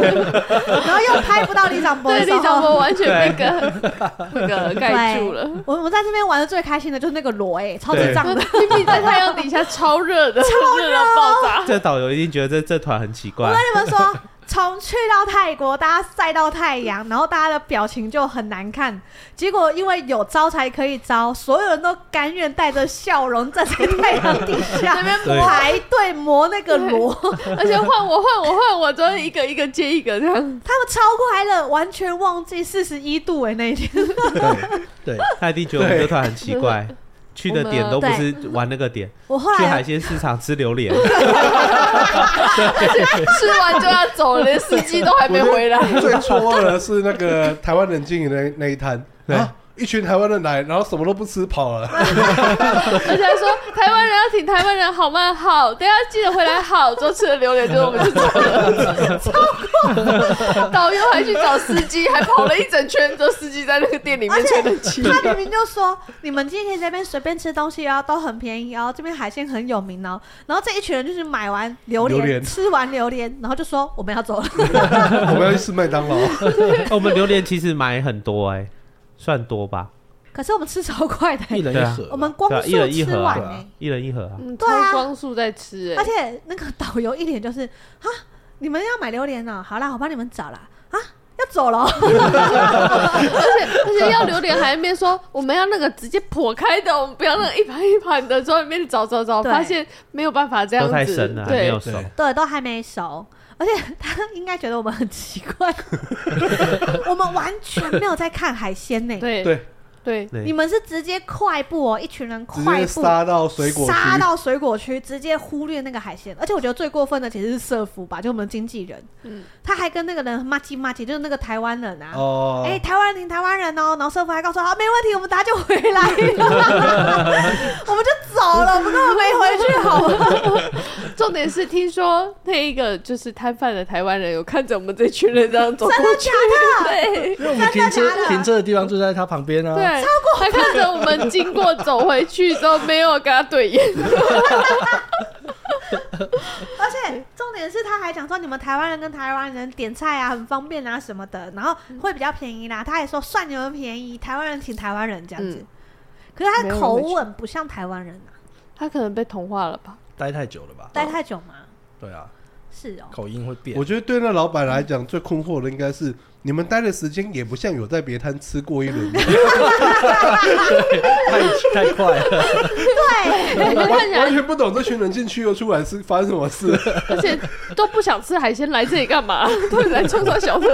[SPEAKER 1] 然后又拍不到李长博
[SPEAKER 3] 对，
[SPEAKER 1] 的
[SPEAKER 3] 李
[SPEAKER 1] 时候，
[SPEAKER 3] 长博完全被个那个盖住了。
[SPEAKER 1] 我我在这边玩的最开心的就是那个螺哎、超智
[SPEAKER 5] 对
[SPEAKER 1] 障的。
[SPEAKER 3] 冰冰在太阳底下超热的，超热到爆炸。
[SPEAKER 5] 这导游一定觉得这这团很奇
[SPEAKER 1] 我
[SPEAKER 5] 怪
[SPEAKER 1] 跟。你们说，从去到泰国，大家晒到太阳，然后大家的表情就很难看。结果因为有招才可以招，所有人都甘愿带着笑容站在太阳底下
[SPEAKER 3] 那边
[SPEAKER 5] 磨
[SPEAKER 1] 排队磨那个螺，
[SPEAKER 3] 而且换我换我换我，都一个一个接一个这样。
[SPEAKER 1] 他们超快乐，完全忘记四十一度哎、那一天。
[SPEAKER 2] 对，
[SPEAKER 5] 他一定觉得我们这团很奇怪，去的点都不是玩那个点，
[SPEAKER 1] 我后
[SPEAKER 5] 去海
[SPEAKER 1] 来
[SPEAKER 5] 鲜市场吃榴莲，
[SPEAKER 3] 吃完就要走了，连司机都还没回来。
[SPEAKER 4] 最戳的是那个台湾人经营的那一摊，啊，一群台湾人来，然后什么都不吃
[SPEAKER 3] <laughs>
[SPEAKER 4] 跑了，
[SPEAKER 3] 而且还说台湾人要挺台湾人好吗？好，等一下记得回来好。之后吃了榴莲，就我们就走了， <laughs> 超过。导游还去找司机，还跑了一整圈，之后司机在那个店里面吹
[SPEAKER 1] 啊
[SPEAKER 3] 冷气。
[SPEAKER 1] 他明明就说你们今天可以在这边随便吃东西哦，都很便宜哦，这边海鲜很有名哦。然后这一群人就是买完榴莲，
[SPEAKER 4] 榴莲
[SPEAKER 1] 吃完榴莲，然后就说我们要走了。
[SPEAKER 4] 我们要去吃麦当劳，
[SPEAKER 5] <laughs> 我们榴莲其实买很多哎，算多吧，
[SPEAKER 1] 可是我们吃超快
[SPEAKER 2] <laughs>
[SPEAKER 1] 的、
[SPEAKER 2] 一人
[SPEAKER 5] 对
[SPEAKER 2] 一
[SPEAKER 5] 啊
[SPEAKER 2] 盒吧，
[SPEAKER 1] 我们光
[SPEAKER 5] 对啊
[SPEAKER 1] 速
[SPEAKER 5] 一人一
[SPEAKER 1] 吃
[SPEAKER 5] 盒啊
[SPEAKER 1] 完
[SPEAKER 2] 对
[SPEAKER 1] 呢、
[SPEAKER 2] 啊
[SPEAKER 5] 一人一盒啊。
[SPEAKER 3] 嗯，
[SPEAKER 1] 对啊
[SPEAKER 3] 超光速在吃、
[SPEAKER 1] 而
[SPEAKER 3] 哎，
[SPEAKER 1] 且那个导游一脸就是啊，你们要买榴莲呢、好啦，我帮你们找啦。啊，要走了哦，
[SPEAKER 3] 而且而且要榴莲还没说，我们要那个直接破开的，我们不要那个一盘一盘的，之后里面找找找，
[SPEAKER 1] 对
[SPEAKER 3] 发现没有办法这样
[SPEAKER 5] 都
[SPEAKER 3] 子，
[SPEAKER 5] 太深了，还没
[SPEAKER 3] 对
[SPEAKER 5] 有，熟。
[SPEAKER 4] 对
[SPEAKER 1] <laughs> 对，都还没熟。而且他应该觉得我 <laughs> 们很奇怪，我们完全没有在看海鲜呢、
[SPEAKER 3] 对
[SPEAKER 4] 对，
[SPEAKER 3] 对，
[SPEAKER 5] 对
[SPEAKER 1] 你们是直接快步哦，一群人
[SPEAKER 4] 直
[SPEAKER 1] 快
[SPEAKER 4] 接
[SPEAKER 1] 步
[SPEAKER 4] 杀到水果区，
[SPEAKER 1] 杀到水果区，直接忽略那个海鲜。而且我觉得最过分的其实是社服吧，就我们经纪人，
[SPEAKER 3] 嗯，
[SPEAKER 1] 他还跟那个人骂唧骂唧，就是那个台湾人啊。
[SPEAKER 4] 哦，
[SPEAKER 1] 哎、台湾人，台湾人哦，然后社服还告诉他，啊没问题，我们等下就回来了，我们就走了，我们根本没回去，好吗？
[SPEAKER 3] 重点是听说那一个就是摊贩的台湾人有看着我们这群人这样走过
[SPEAKER 1] 真的
[SPEAKER 3] 去
[SPEAKER 1] 假，的？
[SPEAKER 3] 对
[SPEAKER 2] 因为我们停车
[SPEAKER 1] 真的假的
[SPEAKER 2] 停车的地方就在他旁边啊。
[SPEAKER 3] 对，超过还看着我们经过走回去之后没有跟他对 <laughs> 眼，
[SPEAKER 1] 而且重点是，他还讲说你们台湾人跟台湾人点菜啊，很方便啊什么的，然后会比较便宜啦。他还说算你们便宜，台湾人请台湾人这样子。
[SPEAKER 3] 嗯
[SPEAKER 1] 可是他
[SPEAKER 3] 没有
[SPEAKER 1] 的
[SPEAKER 3] 人
[SPEAKER 1] 口
[SPEAKER 3] 会去
[SPEAKER 1] 吻不像台湾人啊，
[SPEAKER 3] 他可能被同化了 <laughs> 吧？
[SPEAKER 2] 待太久了吧？
[SPEAKER 1] 待太久吗？
[SPEAKER 2] 对啊，
[SPEAKER 1] 是哦，
[SPEAKER 2] 口音会变
[SPEAKER 4] 我。觉得对那老板来讲，最困惑的应该是你们待的时间也不像有在别摊吃过一
[SPEAKER 3] <laughs>
[SPEAKER 4] 轮。
[SPEAKER 2] 太太快了，
[SPEAKER 3] 对，看
[SPEAKER 4] 完
[SPEAKER 3] 起
[SPEAKER 4] 完
[SPEAKER 3] 来
[SPEAKER 4] 全不懂这群人进去又出来是发生什么事， <laughs>
[SPEAKER 3] 而且都不想吃海鲜，来这里干 <laughs> 嘛？都来冲上小的，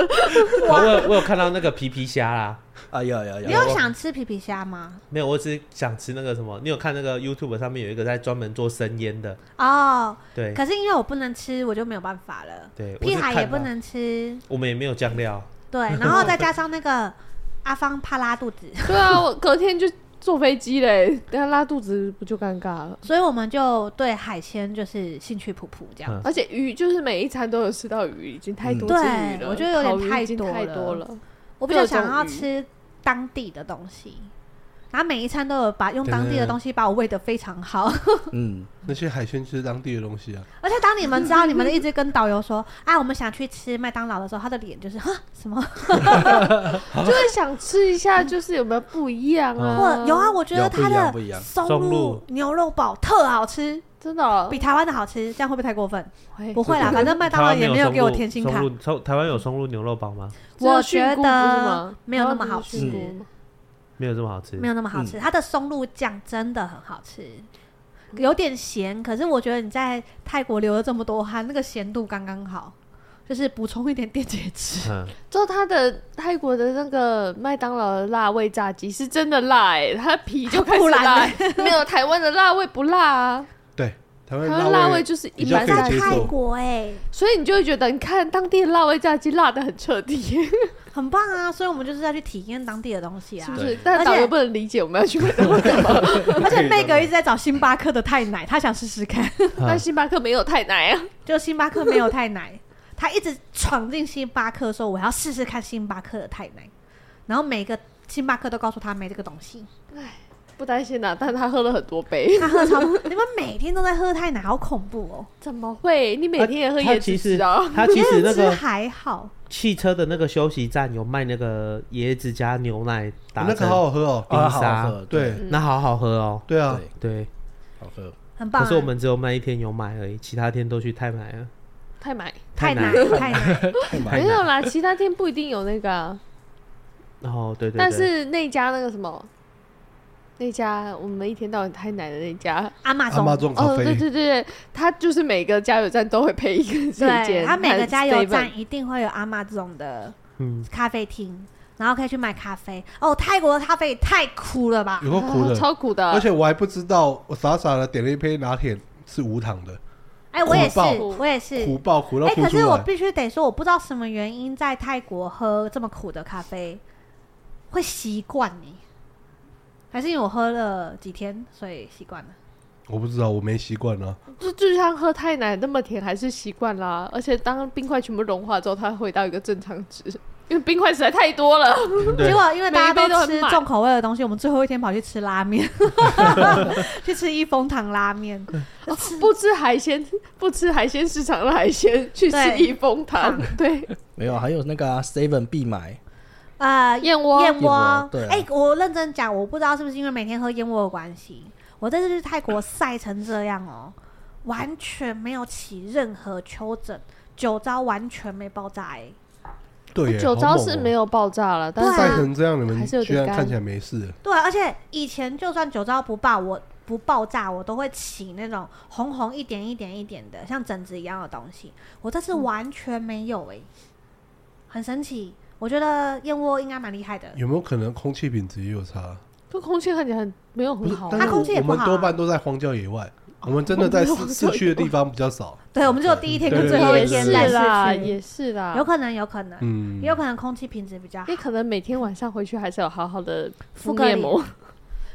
[SPEAKER 5] 我有我有看到那个皮皮虾啦，
[SPEAKER 2] <laughs> 哎呀呀
[SPEAKER 1] 你
[SPEAKER 2] 呀！
[SPEAKER 1] 有想吃皮皮虾吗？
[SPEAKER 5] 没有，我只是想吃那个什么，你有看那个 YouTube 上面有一个在专门做生腌的，
[SPEAKER 1] 哦，
[SPEAKER 5] 对
[SPEAKER 1] 可是因为我不能吃，我就没有办法了。
[SPEAKER 5] 哎对，我
[SPEAKER 1] 屁
[SPEAKER 5] 是
[SPEAKER 1] 孩
[SPEAKER 5] 看
[SPEAKER 1] 也不
[SPEAKER 5] 到，
[SPEAKER 1] 能吃，
[SPEAKER 5] 我们也没有酱料，
[SPEAKER 2] <laughs>
[SPEAKER 1] 对，然后再加上那个阿芳怕拉肚子，
[SPEAKER 3] <laughs>
[SPEAKER 1] <laughs>
[SPEAKER 3] 对啊，我隔天就坐飞机嘞，等下拉肚子不就尴尬了？
[SPEAKER 1] 所以我们就对海鲜就是兴趣普普这样。
[SPEAKER 5] 嗯
[SPEAKER 3] 而且鱼就是每一餐都有吃到鱼，已经太多
[SPEAKER 2] 嗯
[SPEAKER 3] 只
[SPEAKER 1] 对
[SPEAKER 3] 鱼了，
[SPEAKER 1] 我觉得有点
[SPEAKER 3] 烤鱼
[SPEAKER 1] 太
[SPEAKER 3] 已经
[SPEAKER 1] 多
[SPEAKER 3] 太
[SPEAKER 1] 了
[SPEAKER 3] 多了。
[SPEAKER 1] 我比较
[SPEAKER 3] 各种
[SPEAKER 1] 想要
[SPEAKER 3] 鱼
[SPEAKER 1] 吃当地的东西，然后每一餐都有把用当地的东西把我喂得非常好。 <laughs>
[SPEAKER 2] 嗯，
[SPEAKER 4] 那些海鲜就是当地的东西啊。
[SPEAKER 1] 而且当你们知道你们一直跟导游说“啊，我们想去吃麦当劳”的时候，他的脸就是 <laughs> 哈什么？
[SPEAKER 3] 就会想吃一下，就是有没有不一样啊？
[SPEAKER 1] 或有啊，，我觉得
[SPEAKER 2] 哦有不一
[SPEAKER 1] 他
[SPEAKER 2] 样
[SPEAKER 1] 的
[SPEAKER 2] 不一样
[SPEAKER 1] 松
[SPEAKER 5] 松
[SPEAKER 1] 露
[SPEAKER 5] 露
[SPEAKER 1] 牛肉堡特好吃，
[SPEAKER 3] 真的哦哎
[SPEAKER 1] 比台湾的好吃，这样会不会太过分？
[SPEAKER 3] 会
[SPEAKER 1] 不会啦，反正麦当
[SPEAKER 5] 台
[SPEAKER 1] 劳
[SPEAKER 5] 湾
[SPEAKER 1] 也没有
[SPEAKER 5] 有松
[SPEAKER 1] 给我
[SPEAKER 5] 露
[SPEAKER 1] 甜心
[SPEAKER 5] 松
[SPEAKER 1] 卡
[SPEAKER 5] 露。松台湾有松露牛肉堡吗？
[SPEAKER 3] 只有
[SPEAKER 1] 我
[SPEAKER 3] 菌
[SPEAKER 1] 觉
[SPEAKER 3] 菇不是
[SPEAKER 1] 得
[SPEAKER 3] 吗
[SPEAKER 1] 没有那
[SPEAKER 3] 台湾
[SPEAKER 1] 么
[SPEAKER 3] 不
[SPEAKER 1] 好
[SPEAKER 3] 是
[SPEAKER 1] 吃
[SPEAKER 3] 菌菇吗
[SPEAKER 5] 没有这么好吃，
[SPEAKER 1] 没有那么
[SPEAKER 4] 嗯
[SPEAKER 1] 好吃。它的松露酱真的很好吃，有点咸，可是我觉得你在泰国流了这么多汗，那个咸度刚刚好，就是补充一点电解质。
[SPEAKER 5] 嗯，
[SPEAKER 3] 就它的泰国的那个麦当劳的辣味炸鸡是真的辣哎、它皮就
[SPEAKER 5] <laughs>
[SPEAKER 3] 开始
[SPEAKER 1] 不然
[SPEAKER 3] 辣、欸没有台湾的辣味不辣啊，
[SPEAKER 4] 对，台
[SPEAKER 3] 台
[SPEAKER 5] 欸
[SPEAKER 4] 湾
[SPEAKER 3] 湾
[SPEAKER 4] 辣
[SPEAKER 3] 辣味就是一
[SPEAKER 4] 比较
[SPEAKER 3] 般
[SPEAKER 4] 可以
[SPEAKER 3] 炸
[SPEAKER 4] 接
[SPEAKER 3] 鸡，
[SPEAKER 1] 泰
[SPEAKER 4] 受。
[SPEAKER 1] 国哎、
[SPEAKER 3] 所以你就会觉得，你看当地的辣味炸鸡辣的很彻底， <laughs>
[SPEAKER 1] 很棒啊！所以我们就是要去体验当地的东西啊
[SPEAKER 3] 是。不是？但导游不能理解我们要去麦当劳干嘛，
[SPEAKER 5] <laughs>
[SPEAKER 1] 而且贝格一直在找星巴克的泰奶，他想试试看，
[SPEAKER 3] 但星巴克没有太奶啊，
[SPEAKER 1] 就星巴克没有泰奶，他一直闯进星巴克说我要试试看星巴克的泰奶，然后每个星巴克都告诉他没这个东西。
[SPEAKER 3] 不担心啦、啊但他喝了很多
[SPEAKER 5] <laughs>
[SPEAKER 3] 杯，
[SPEAKER 1] 他喝超多， <laughs> 你们每天都在喝泰奶，好恐怖哦！
[SPEAKER 3] 怎么会？你每天也喝
[SPEAKER 5] 它
[SPEAKER 3] 椰
[SPEAKER 5] 其
[SPEAKER 3] 子
[SPEAKER 5] 实
[SPEAKER 3] 汁啊？
[SPEAKER 5] 它其实那
[SPEAKER 1] 椰子汁 <laughs>
[SPEAKER 5] 个
[SPEAKER 1] 还好，
[SPEAKER 5] 汽车的那个休息站有卖那个椰子加牛奶打
[SPEAKER 4] 那个好好喝哦。
[SPEAKER 5] 冰
[SPEAKER 2] 啊
[SPEAKER 5] 沙
[SPEAKER 2] 好喝，
[SPEAKER 4] 对
[SPEAKER 2] 对
[SPEAKER 5] 那好好喝哦，
[SPEAKER 4] 对啊，
[SPEAKER 2] 对，
[SPEAKER 5] 对，
[SPEAKER 2] 好喝。
[SPEAKER 1] 很棒、
[SPEAKER 5] 可
[SPEAKER 1] 啊。
[SPEAKER 5] 是我们只有卖一天有买而已，其他天都去太买了，
[SPEAKER 3] 太奶
[SPEAKER 1] 太哎
[SPEAKER 5] 难
[SPEAKER 1] 奶太
[SPEAKER 5] <laughs>
[SPEAKER 1] 奶，
[SPEAKER 2] 太满
[SPEAKER 5] 太
[SPEAKER 3] 没有啦，
[SPEAKER 5] 奶，
[SPEAKER 3] 其他店不一定有那个、啊。
[SPEAKER 5] 然后哦对对，
[SPEAKER 3] 但
[SPEAKER 5] 对
[SPEAKER 3] 是那家那个什么，那家我们一天到晚太奶的那家，
[SPEAKER 1] 阿玛
[SPEAKER 4] 阿妈
[SPEAKER 1] 总，
[SPEAKER 4] 种咖
[SPEAKER 3] 哦，对
[SPEAKER 4] 啡，
[SPEAKER 3] 对对对，他就是每个加油站都会配一个这一
[SPEAKER 1] 对，
[SPEAKER 3] 间，
[SPEAKER 1] 它每个
[SPEAKER 3] 它
[SPEAKER 1] 加
[SPEAKER 3] 的
[SPEAKER 1] 油
[SPEAKER 3] statement
[SPEAKER 1] 站一定会有阿玛总的 <laughs>
[SPEAKER 5] 嗯，
[SPEAKER 1] 咖啡厅，然后可以去买咖啡。哦，泰国的咖啡也太苦了吧！
[SPEAKER 4] 有够苦
[SPEAKER 3] 哦
[SPEAKER 4] 的。
[SPEAKER 3] 超苦
[SPEAKER 1] 啊
[SPEAKER 3] 的，
[SPEAKER 4] 而且我还不知道，我傻傻的点了一杯拿铁是无糖的，
[SPEAKER 1] 哎，我也是，
[SPEAKER 4] 苦爆
[SPEAKER 1] 我也是。
[SPEAKER 4] 苦爆苦到
[SPEAKER 1] 哎、
[SPEAKER 4] 哭
[SPEAKER 1] 可
[SPEAKER 4] 出
[SPEAKER 1] 是我
[SPEAKER 4] 来。
[SPEAKER 1] 必须得说，我不知道什么原因，在泰国喝这么苦的咖啡会习惯你，还是因为我喝了几天，所以习惯了。
[SPEAKER 4] 我不知道，我没习惯啊。
[SPEAKER 3] 就就像喝太奶那么甜，还是习惯啦。而且当冰块全部融化之后，它回到一个正常值，因为冰块实在太
[SPEAKER 1] <laughs>
[SPEAKER 3] 多了。
[SPEAKER 1] 结果因为大家都
[SPEAKER 3] 每一杯
[SPEAKER 1] 吃
[SPEAKER 3] 都很满
[SPEAKER 1] 重口味的东西，我们最后一天跑去吃拉
[SPEAKER 3] <laughs>
[SPEAKER 1] 面，去吃一风堂拉面。
[SPEAKER 3] 不吃海鲜，不吃海鲜市场的海鲜，去吃
[SPEAKER 1] 对
[SPEAKER 3] 益丰堂，对，
[SPEAKER 2] 没有，还有那个啊 Seven 必买，
[SPEAKER 1] 呃，
[SPEAKER 3] 燕窝。
[SPEAKER 1] 燕窝
[SPEAKER 2] 窝，对啊
[SPEAKER 1] 哎、我认真讲，我不知道是不是因为每天喝燕窝的关系，我这次去泰国晒成这样哦，完全没有起任何丘疹，酒糟完全没爆炸、哎，
[SPEAKER 4] 对
[SPEAKER 1] 啊
[SPEAKER 4] 耶，
[SPEAKER 3] 酒糟是没
[SPEAKER 4] 有
[SPEAKER 3] 有爆炸了，但
[SPEAKER 4] 晒
[SPEAKER 3] 是
[SPEAKER 4] 成这样，你
[SPEAKER 3] 还
[SPEAKER 4] 们
[SPEAKER 3] 是有点
[SPEAKER 4] 居然
[SPEAKER 3] 干
[SPEAKER 4] 看起来没事。
[SPEAKER 1] 对，啊而且以前就算酒糟不爆，我不爆炸，我都会起那种红红一点一点一点的，像疹子一样的东西。我这次
[SPEAKER 3] 嗯
[SPEAKER 1] 完全没有哎、很神奇。我觉得燕窝应该蛮厉害的，
[SPEAKER 4] 有没有可能空气品质也有差？
[SPEAKER 3] 这空气看起来很没有很好啊
[SPEAKER 4] 但，是
[SPEAKER 1] 它空气也
[SPEAKER 4] 我
[SPEAKER 1] 不好啊
[SPEAKER 4] 们多半都在荒郊野外，我们真的在
[SPEAKER 3] 我们
[SPEAKER 4] 市
[SPEAKER 3] 都
[SPEAKER 4] 市区的地方比较少。
[SPEAKER 1] 对，我们只有第一天跟
[SPEAKER 4] 对
[SPEAKER 1] 最后一
[SPEAKER 3] 也
[SPEAKER 1] 天
[SPEAKER 3] 是
[SPEAKER 1] 在
[SPEAKER 3] 啦，
[SPEAKER 1] 市区，
[SPEAKER 3] 也是啦，
[SPEAKER 1] 有可能，有可能，
[SPEAKER 4] 嗯，
[SPEAKER 1] 也有可能空气品质比较好
[SPEAKER 3] 你，可能每天晚上回去还是有好好的敷
[SPEAKER 1] 敷个
[SPEAKER 3] 面
[SPEAKER 1] 脸
[SPEAKER 3] 膜，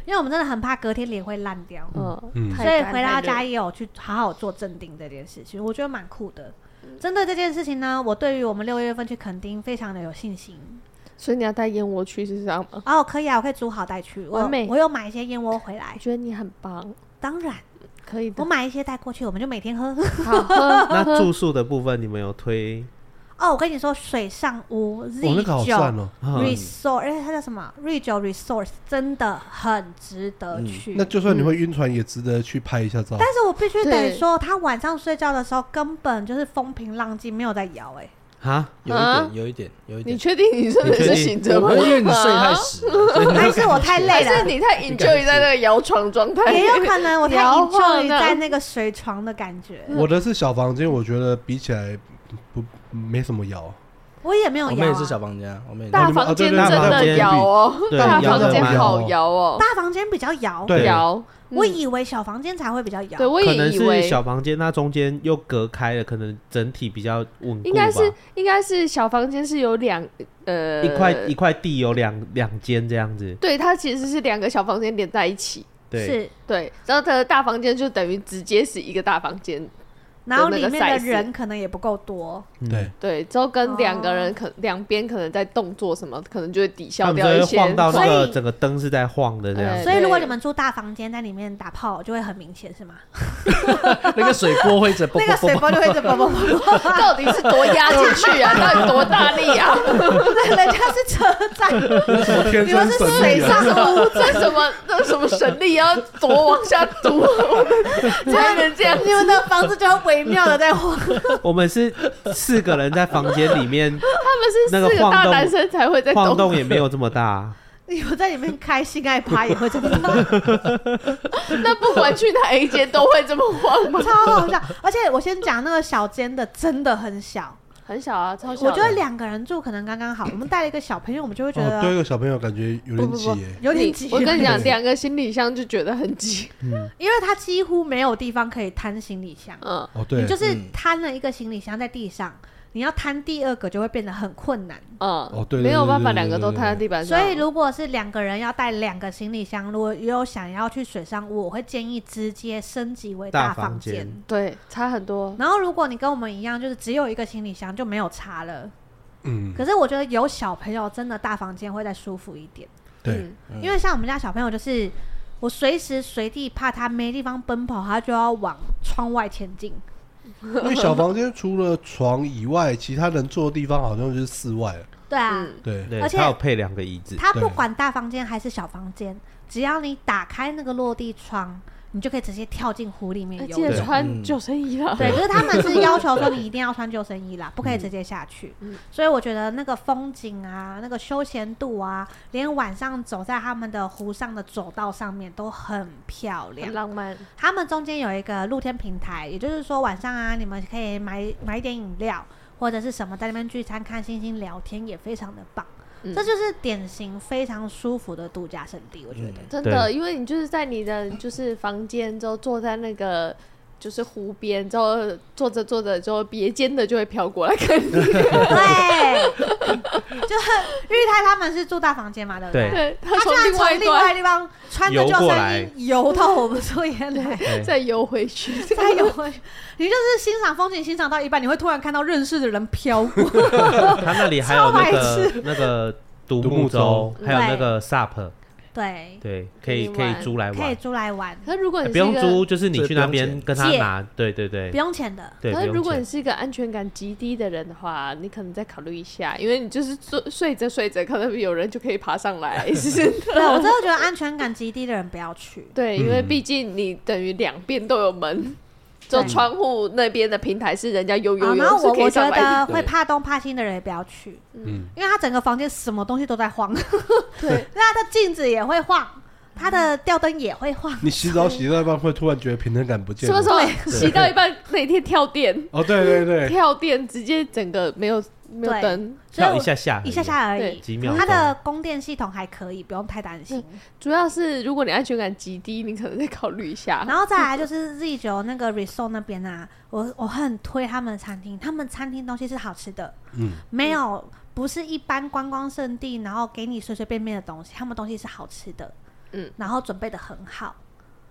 [SPEAKER 1] 因为我们真的很怕隔天脸会烂掉。
[SPEAKER 3] 嗯，
[SPEAKER 4] 嗯
[SPEAKER 1] 所
[SPEAKER 3] 太
[SPEAKER 1] 以
[SPEAKER 3] 干
[SPEAKER 1] 回
[SPEAKER 3] 太
[SPEAKER 1] 到
[SPEAKER 3] 热
[SPEAKER 1] 家也有去好好做镇定这件事情，我觉得蛮酷的。
[SPEAKER 3] 嗯
[SPEAKER 1] 针对这件事情呢，我对于我们六月份去垦丁非常的有信心。
[SPEAKER 3] 所以你要带燕窝去是这样吗？
[SPEAKER 1] 哦，可以啊，我可以煮好带去。我
[SPEAKER 3] 完美
[SPEAKER 1] 我有买一些燕窝回来
[SPEAKER 3] 我，哎觉得你很棒，
[SPEAKER 1] 当然
[SPEAKER 3] 可以
[SPEAKER 1] 我
[SPEAKER 3] 的，
[SPEAKER 1] 买一些带过去，我们就每天喝。
[SPEAKER 3] <laughs> 好喝喝
[SPEAKER 5] 那
[SPEAKER 3] 喝。
[SPEAKER 5] 住宿的部分，你们有推？
[SPEAKER 1] 哦，我跟你说，水上屋 Z
[SPEAKER 4] 我那个好
[SPEAKER 1] 九
[SPEAKER 4] 赞哦，
[SPEAKER 1] Resort，而且它叫什么 r e 九 Resort，真的很值得去。
[SPEAKER 4] 那就算你会晕船，也值得去拍一下照。
[SPEAKER 1] 但是我必须得
[SPEAKER 3] 对
[SPEAKER 1] 说，他晚上睡觉的时候根本就是风平浪静，没有在摇哎、
[SPEAKER 5] 啊，
[SPEAKER 2] 有一点，有一点，有一
[SPEAKER 3] 你
[SPEAKER 2] 点。
[SPEAKER 3] 确定你真
[SPEAKER 5] 你
[SPEAKER 3] 的
[SPEAKER 5] 确
[SPEAKER 3] 是
[SPEAKER 5] 定
[SPEAKER 3] 醒着
[SPEAKER 2] 我
[SPEAKER 3] 吗？
[SPEAKER 2] 因为你睡太
[SPEAKER 1] <laughs>
[SPEAKER 2] 死了，所以你
[SPEAKER 1] 还是我太累
[SPEAKER 3] 还
[SPEAKER 1] 了
[SPEAKER 3] 是。你太
[SPEAKER 2] 你感
[SPEAKER 3] enjoy 在那个摇床状态？
[SPEAKER 1] 也有可能我太
[SPEAKER 3] 摇晃
[SPEAKER 1] enjoy
[SPEAKER 3] 呢
[SPEAKER 1] 在那个水床的感觉，
[SPEAKER 4] 我的是小房间，我觉得比起来不没什么摇。
[SPEAKER 1] 我也没有
[SPEAKER 2] 我
[SPEAKER 1] 摇、
[SPEAKER 2] 们
[SPEAKER 1] 啊
[SPEAKER 2] 也。是小房间啊，我们也
[SPEAKER 3] 大
[SPEAKER 4] 你们哦
[SPEAKER 3] 房
[SPEAKER 4] 对
[SPEAKER 3] 间
[SPEAKER 4] 对
[SPEAKER 3] 真
[SPEAKER 5] 大房
[SPEAKER 3] 的
[SPEAKER 5] 间
[SPEAKER 3] 摇哦，
[SPEAKER 5] 对
[SPEAKER 3] 大
[SPEAKER 4] 摇
[SPEAKER 3] 房
[SPEAKER 4] 得
[SPEAKER 3] 间
[SPEAKER 4] 蛮
[SPEAKER 3] 好
[SPEAKER 4] 摇
[SPEAKER 3] 摇哦，
[SPEAKER 1] 大房间比较摇，
[SPEAKER 5] 对
[SPEAKER 3] 摇。
[SPEAKER 1] 我
[SPEAKER 3] 嗯
[SPEAKER 1] 以为小房间才会比较摇
[SPEAKER 3] 对，。我
[SPEAKER 5] 可
[SPEAKER 3] 也
[SPEAKER 5] 能
[SPEAKER 3] 以
[SPEAKER 5] 是
[SPEAKER 3] 为
[SPEAKER 5] 小房间，那中间又隔开了，可能整体比较稳固吧。
[SPEAKER 3] 应该是应该是小房间是有两呃
[SPEAKER 5] 一块一块地有两两间这样子，
[SPEAKER 3] 对，它其实是两个小房间连在一起。
[SPEAKER 5] 对，
[SPEAKER 1] 是，
[SPEAKER 3] 对，然后它的大房间就等于直接是一个大房间，
[SPEAKER 1] 然后里
[SPEAKER 3] 有那个
[SPEAKER 1] 面的
[SPEAKER 3] size
[SPEAKER 1] 人可能也不够多，
[SPEAKER 5] 嗯
[SPEAKER 4] 对，
[SPEAKER 3] 对，之后跟两个人
[SPEAKER 1] 哦
[SPEAKER 3] 可、两边可能在动作什么，可能就会抵
[SPEAKER 5] 他
[SPEAKER 3] 消
[SPEAKER 5] 们
[SPEAKER 3] 掉一
[SPEAKER 5] 就会
[SPEAKER 3] 些。
[SPEAKER 5] 晃到那
[SPEAKER 1] 所
[SPEAKER 5] 个
[SPEAKER 1] 以
[SPEAKER 5] 整个灯是在晃的这样
[SPEAKER 3] 对
[SPEAKER 5] 子。
[SPEAKER 1] 所以如果你们住大房间，在里面打炮就会很明显，是吗？
[SPEAKER 2] 那个水波会一直啵
[SPEAKER 1] 那个
[SPEAKER 2] 啵
[SPEAKER 1] 水
[SPEAKER 2] 啵
[SPEAKER 1] 波
[SPEAKER 2] 啵
[SPEAKER 1] 就会一直啵啵啵啵，
[SPEAKER 3] 到底是多压进去
[SPEAKER 5] <laughs>
[SPEAKER 3] 啊？到底多大力啊？
[SPEAKER 1] 对，人家是车站，
[SPEAKER 4] 什么天
[SPEAKER 1] 你们
[SPEAKER 4] 生
[SPEAKER 1] 是
[SPEAKER 4] 神
[SPEAKER 1] 水
[SPEAKER 4] 力啊？
[SPEAKER 1] 上屋，
[SPEAKER 3] 这什么这什么神力要多往下读，才能这样？
[SPEAKER 1] 你们的房子就会微妙的在晃。
[SPEAKER 5] 我们是四个人在房间里面
[SPEAKER 3] 他们是
[SPEAKER 5] 那个
[SPEAKER 3] 四个
[SPEAKER 5] 晃
[SPEAKER 3] 大
[SPEAKER 5] 动
[SPEAKER 3] 男生才会在
[SPEAKER 5] 晃动，也没有这么大，
[SPEAKER 1] 你们在里面开性爱趴也会这么晃，
[SPEAKER 3] 那不管去哪一间都会这么晃吗？
[SPEAKER 1] 超好笑。而且我先讲那个小间的真的很小，
[SPEAKER 3] 很小啊，超小
[SPEAKER 1] 我
[SPEAKER 3] 的。
[SPEAKER 1] 觉得两个人住可能刚刚好。我们带了一个小朋友，我们就会觉
[SPEAKER 4] 哦，
[SPEAKER 1] 得
[SPEAKER 4] 对一个小朋友感觉有点
[SPEAKER 3] 不不
[SPEAKER 4] 挤
[SPEAKER 3] 不
[SPEAKER 4] 耶。
[SPEAKER 1] 有点
[SPEAKER 3] 你
[SPEAKER 1] 挤。
[SPEAKER 3] 我跟你讲，
[SPEAKER 4] 对
[SPEAKER 3] 两个行李箱就觉得很挤。
[SPEAKER 1] 因为他几乎没有地方可以摊行李箱，
[SPEAKER 3] 嗯，
[SPEAKER 4] 哦，
[SPEAKER 1] 你
[SPEAKER 4] 对
[SPEAKER 1] 就，是
[SPEAKER 2] 嗯
[SPEAKER 1] 摊了一个行李箱在地上，你要摊第二个就会变得很困难。
[SPEAKER 3] 嗯，
[SPEAKER 4] 对对
[SPEAKER 3] 没有办法，
[SPEAKER 4] 对对对
[SPEAKER 3] 两个都摊在地板
[SPEAKER 1] 所
[SPEAKER 3] 上。
[SPEAKER 1] 以如果是两个人要带两个行李箱，如果有想要去水上屋，我会建议直接升级为
[SPEAKER 5] 大
[SPEAKER 1] 房
[SPEAKER 5] 房间
[SPEAKER 1] 间。
[SPEAKER 3] 对嗯差很多，
[SPEAKER 1] 然后如果你跟我们一样，就是只有一个行李箱就没有差了。
[SPEAKER 4] 嗯，
[SPEAKER 1] 可是我觉得有小朋友真的大房间会再舒服一点，
[SPEAKER 4] 对，
[SPEAKER 3] 嗯
[SPEAKER 2] 嗯
[SPEAKER 1] 因为像我们家小朋友就是。我随时随地怕他没地方奔跑，他就要往窗外前进。
[SPEAKER 4] 因为小房间除了床以外，其他能坐的地方好像就是室外了。
[SPEAKER 1] 对啊，
[SPEAKER 3] 嗯，
[SPEAKER 4] 对，
[SPEAKER 5] 对，
[SPEAKER 1] 而且
[SPEAKER 5] 它有配两个椅子，
[SPEAKER 1] 它
[SPEAKER 4] 对
[SPEAKER 1] 不管大房间还是小房间，只要你打开那个落地窗，你就可以直接跳进湖里面
[SPEAKER 3] 哎
[SPEAKER 1] 游
[SPEAKER 3] 记得
[SPEAKER 4] 对
[SPEAKER 1] 泳。
[SPEAKER 3] 穿
[SPEAKER 2] 嗯
[SPEAKER 3] 救生衣啊了。
[SPEAKER 1] 对，可是他们
[SPEAKER 3] <laughs>
[SPEAKER 1] 是要求说你一定要穿救生衣啦，不可以直接下去。
[SPEAKER 3] 嗯
[SPEAKER 1] 所以我觉得那个风景啊，那个休闲度啊，连晚上走在他们的湖上的走道上面都很漂亮
[SPEAKER 3] 很。浪漫，
[SPEAKER 1] 他们中间有一个露天平台，也就是说晚上啊，你们可以买买一点饮料或者是什么，在那边聚餐、看星星、聊天，也非常的棒。
[SPEAKER 3] 嗯
[SPEAKER 1] 这就是典型非常舒服的度假胜地，我觉得。
[SPEAKER 3] 真的，因为你就是在你的就是房间之后坐在那个。就是湖边，之后坐着坐着之后，别间的就会飘过来看你。
[SPEAKER 1] 对， <laughs> 就是玉泰他们是住大房间嘛，对不对？
[SPEAKER 3] 对，他
[SPEAKER 1] 他居
[SPEAKER 3] 从
[SPEAKER 1] 然
[SPEAKER 3] 另外一
[SPEAKER 1] 从另外
[SPEAKER 3] 端
[SPEAKER 1] 地方穿着
[SPEAKER 5] 游
[SPEAKER 1] 救生
[SPEAKER 5] 过来
[SPEAKER 1] 衣 <laughs> 游到我们这边来，
[SPEAKER 5] 对
[SPEAKER 3] 再游回去，
[SPEAKER 1] 再游回去。你就是欣赏风景，欣赏到一半，你会突然看到认识的人飘过。
[SPEAKER 5] 它那里还有那
[SPEAKER 1] 超白
[SPEAKER 5] 个那个独木舟，
[SPEAKER 1] 对
[SPEAKER 5] 还有那个 SUP，
[SPEAKER 1] 对，
[SPEAKER 5] 对，可以
[SPEAKER 3] 可
[SPEAKER 5] 可
[SPEAKER 3] 以玩
[SPEAKER 5] 以租来
[SPEAKER 1] 可以
[SPEAKER 5] 玩，
[SPEAKER 1] 租来玩，
[SPEAKER 3] 可是如果你
[SPEAKER 5] 哎不
[SPEAKER 3] 是一
[SPEAKER 5] 用租，
[SPEAKER 3] 个，
[SPEAKER 5] 就是你
[SPEAKER 2] 对
[SPEAKER 5] 去
[SPEAKER 2] 不
[SPEAKER 5] 那
[SPEAKER 2] 用
[SPEAKER 5] 边
[SPEAKER 2] 钱
[SPEAKER 5] 跟他
[SPEAKER 1] 借
[SPEAKER 5] 拿，对对对
[SPEAKER 1] 不，用钱的。
[SPEAKER 5] 对，
[SPEAKER 3] 可
[SPEAKER 5] 不
[SPEAKER 3] 是
[SPEAKER 5] 用
[SPEAKER 3] 如果
[SPEAKER 5] 钱
[SPEAKER 3] 你是一个安全感极低的人的话，你可能再考虑一下，因为你就是睡睡着睡着，可能有人就可以爬上来。是真的
[SPEAKER 1] <laughs> 对我真的觉得安全感极低的人不要去。
[SPEAKER 3] 对，因为毕竟你等于两边都有门，就窗户那边的平台是人家悠
[SPEAKER 1] 啊，
[SPEAKER 3] 悠
[SPEAKER 1] 然
[SPEAKER 3] 悠
[SPEAKER 1] 后
[SPEAKER 3] 是
[SPEAKER 1] 我
[SPEAKER 3] 可以
[SPEAKER 1] 我觉
[SPEAKER 3] 上来
[SPEAKER 1] 得
[SPEAKER 3] 的。
[SPEAKER 1] 会怕东怕西的人也不要去，
[SPEAKER 4] 嗯，
[SPEAKER 1] 因为他整个房间什么东西都在晃，
[SPEAKER 3] 对，
[SPEAKER 1] <laughs> 那他的镜子也会晃，他的吊灯也会晃。
[SPEAKER 4] 你洗澡洗到一半会突然觉得平衡感不见
[SPEAKER 3] 什
[SPEAKER 4] 了
[SPEAKER 3] 么。时候洗到一半那天跳电？嗯
[SPEAKER 4] 哦，对对对，
[SPEAKER 3] 跳电直接整个没有没有
[SPEAKER 1] 对
[SPEAKER 3] 灯。
[SPEAKER 1] 所以
[SPEAKER 5] 跳
[SPEAKER 1] 我
[SPEAKER 5] 一下下而已，
[SPEAKER 1] 一下下而
[SPEAKER 3] 对
[SPEAKER 1] 已。
[SPEAKER 5] 几秒钟，
[SPEAKER 1] 它的供电系统还可以，不用太担心。
[SPEAKER 3] 主要是如果你安全感极低，你可能再考虑一
[SPEAKER 4] 啊
[SPEAKER 3] 下。
[SPEAKER 1] 然后再来就是 Z 九那个 Resort 那边啊，我我很推他们的餐厅，他们餐厅东西是好吃的，
[SPEAKER 4] 嗯，
[SPEAKER 1] 没有不是一般观光胜地，然后给你随随便便的东西，他们东西是好吃的，
[SPEAKER 3] 嗯，
[SPEAKER 1] 然后准备的很好，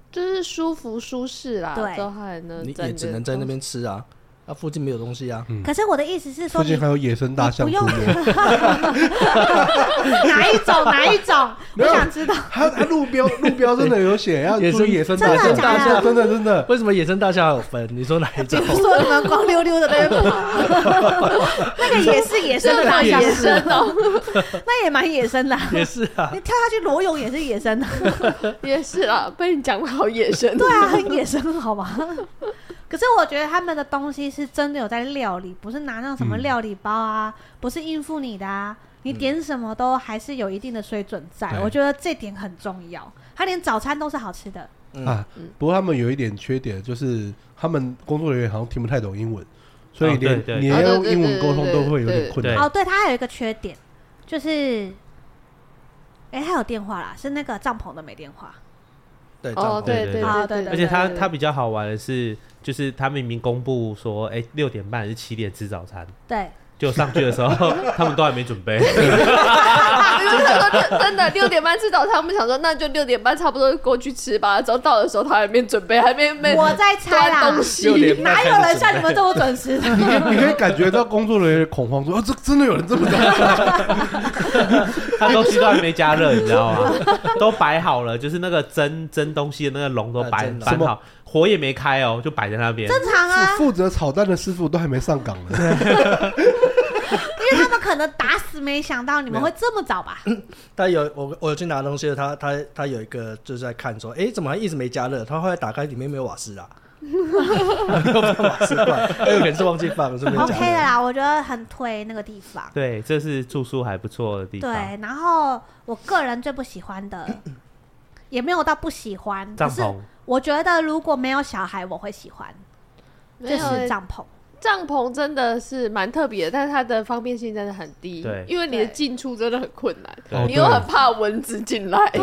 [SPEAKER 3] 就是舒服舒适啦，
[SPEAKER 1] 对
[SPEAKER 3] 都还能
[SPEAKER 2] 你
[SPEAKER 3] 在
[SPEAKER 2] 也
[SPEAKER 3] 的
[SPEAKER 2] 只能在那边吃啊，那附近没有东西啊。
[SPEAKER 4] 嗯
[SPEAKER 1] 可是我的意思是说
[SPEAKER 4] 附
[SPEAKER 1] 你，
[SPEAKER 4] 近还有野生大象
[SPEAKER 1] 你
[SPEAKER 4] 出
[SPEAKER 1] 不用
[SPEAKER 4] 没，
[SPEAKER 1] <laughs> 哪一种哪一种，我
[SPEAKER 4] 没有
[SPEAKER 1] 想知道。
[SPEAKER 4] 它它路标路标真的有写，要
[SPEAKER 2] 野
[SPEAKER 4] 注
[SPEAKER 2] 生
[SPEAKER 4] 意野生大
[SPEAKER 1] 真
[SPEAKER 4] 象，
[SPEAKER 1] 的假的
[SPEAKER 4] 真的真的，
[SPEAKER 2] 为什么野生大象还有分？你说哪一
[SPEAKER 1] 就
[SPEAKER 2] 种
[SPEAKER 1] <laughs> 是？说你们光溜溜的在那边跑， <laughs> 那个也是野生的大象，
[SPEAKER 3] 野生哦，
[SPEAKER 1] 那也蛮野生的啊、
[SPEAKER 2] 也是啊，
[SPEAKER 1] 你跳下去裸泳也是野生的，
[SPEAKER 3] 也是啦，被你讲的好野生。
[SPEAKER 1] 对啊，很野生，好吧？可是我觉得他们的东西是真的有在料理，不是拿那种什
[SPEAKER 2] 嗯
[SPEAKER 1] 么料理包啊，不是应付你的啊，你点什么都还是有一定的水准在，
[SPEAKER 4] 对
[SPEAKER 1] 我觉得这点很重要。他连早餐都是好吃的，
[SPEAKER 4] 啊，不过他们有一点缺点，就是他们工作人员好像听不太懂英文，所以
[SPEAKER 5] 哦
[SPEAKER 4] 连
[SPEAKER 5] 对对
[SPEAKER 4] 你
[SPEAKER 3] 哦
[SPEAKER 4] 要
[SPEAKER 3] 对
[SPEAKER 4] 用
[SPEAKER 3] 对
[SPEAKER 4] 英文
[SPEAKER 3] 对
[SPEAKER 4] 沟通
[SPEAKER 3] 对
[SPEAKER 4] 都会有
[SPEAKER 3] 对
[SPEAKER 4] 点困
[SPEAKER 5] 对
[SPEAKER 4] 难。 <laughs>
[SPEAKER 1] 哦，对，它还有一个缺点就是，哎、他有电话啦，是那个帐篷的没电话。
[SPEAKER 2] 对，这
[SPEAKER 3] 哦，
[SPEAKER 2] 样
[SPEAKER 3] 对
[SPEAKER 5] 对
[SPEAKER 3] 对
[SPEAKER 5] 对
[SPEAKER 1] 啊对
[SPEAKER 3] 对，
[SPEAKER 1] 对
[SPEAKER 5] 而且他
[SPEAKER 3] 对
[SPEAKER 5] 他比较好玩的是，就是他明明公布说，哎、六点半还是七点吃早餐，
[SPEAKER 1] 对，
[SPEAKER 5] 就上去的时候 <laughs> 他们都还没准备。 <laughs>
[SPEAKER 3] 我就想说真的六点半吃早餐，我们想说那就六点半差不多过去吃吧。然后到的时候，他还没准备，还没没
[SPEAKER 1] 我在猜啦
[SPEAKER 3] 端，东西
[SPEAKER 2] 六点半
[SPEAKER 1] 哪
[SPEAKER 2] 开始
[SPEAKER 1] 有人像
[SPEAKER 2] 准
[SPEAKER 1] 你们这么
[SPEAKER 2] <laughs>
[SPEAKER 1] 准时的？
[SPEAKER 4] 你可以你可以感觉到工作人员的恐慌，说：“哦，这真的有人这 <laughs> 么早
[SPEAKER 5] 他东西都还没加热，你知道吗？ <laughs> 都摆好了，就是那个蒸蒸东西的那个笼都
[SPEAKER 2] 啊
[SPEAKER 5] 摆
[SPEAKER 2] 蒸笼
[SPEAKER 5] 摆好，火也没开哦，就摆在那边。
[SPEAKER 1] 正常啊，
[SPEAKER 4] 负责炒蛋的师傅都还没上岗呢。
[SPEAKER 1] 因为他们可能打死没想到你们会这么早吧？
[SPEAKER 2] 他有我我有去拿东西了，他他他有一个就是在看说，哎，怎么还一直没加热？他后来打开里面没有瓦斯啊 <laughs> 啦，瓦斯罐，哎，有可能是忘记放，是没加
[SPEAKER 1] OK 的
[SPEAKER 2] 热。
[SPEAKER 1] 啦，我觉得很推那个地方。
[SPEAKER 5] 对，这是住宿还不错的地
[SPEAKER 1] 对
[SPEAKER 5] 方。，
[SPEAKER 1] 然后我个人最不喜欢
[SPEAKER 5] <clears throat>
[SPEAKER 1] 的，也没有到不喜欢，
[SPEAKER 5] 帐
[SPEAKER 1] 可是
[SPEAKER 5] 篷，
[SPEAKER 1] 我觉得如果没有小孩，我会喜欢，
[SPEAKER 3] 没
[SPEAKER 1] 就
[SPEAKER 3] 有
[SPEAKER 1] 是帐篷。
[SPEAKER 3] 帐篷真的是蛮特别的，但是它的方便性真的很低，
[SPEAKER 5] 对
[SPEAKER 3] 因为你的
[SPEAKER 1] 对
[SPEAKER 3] 进出真的很困难，
[SPEAKER 4] 哦
[SPEAKER 3] 你又很怕蚊子进来，
[SPEAKER 1] 对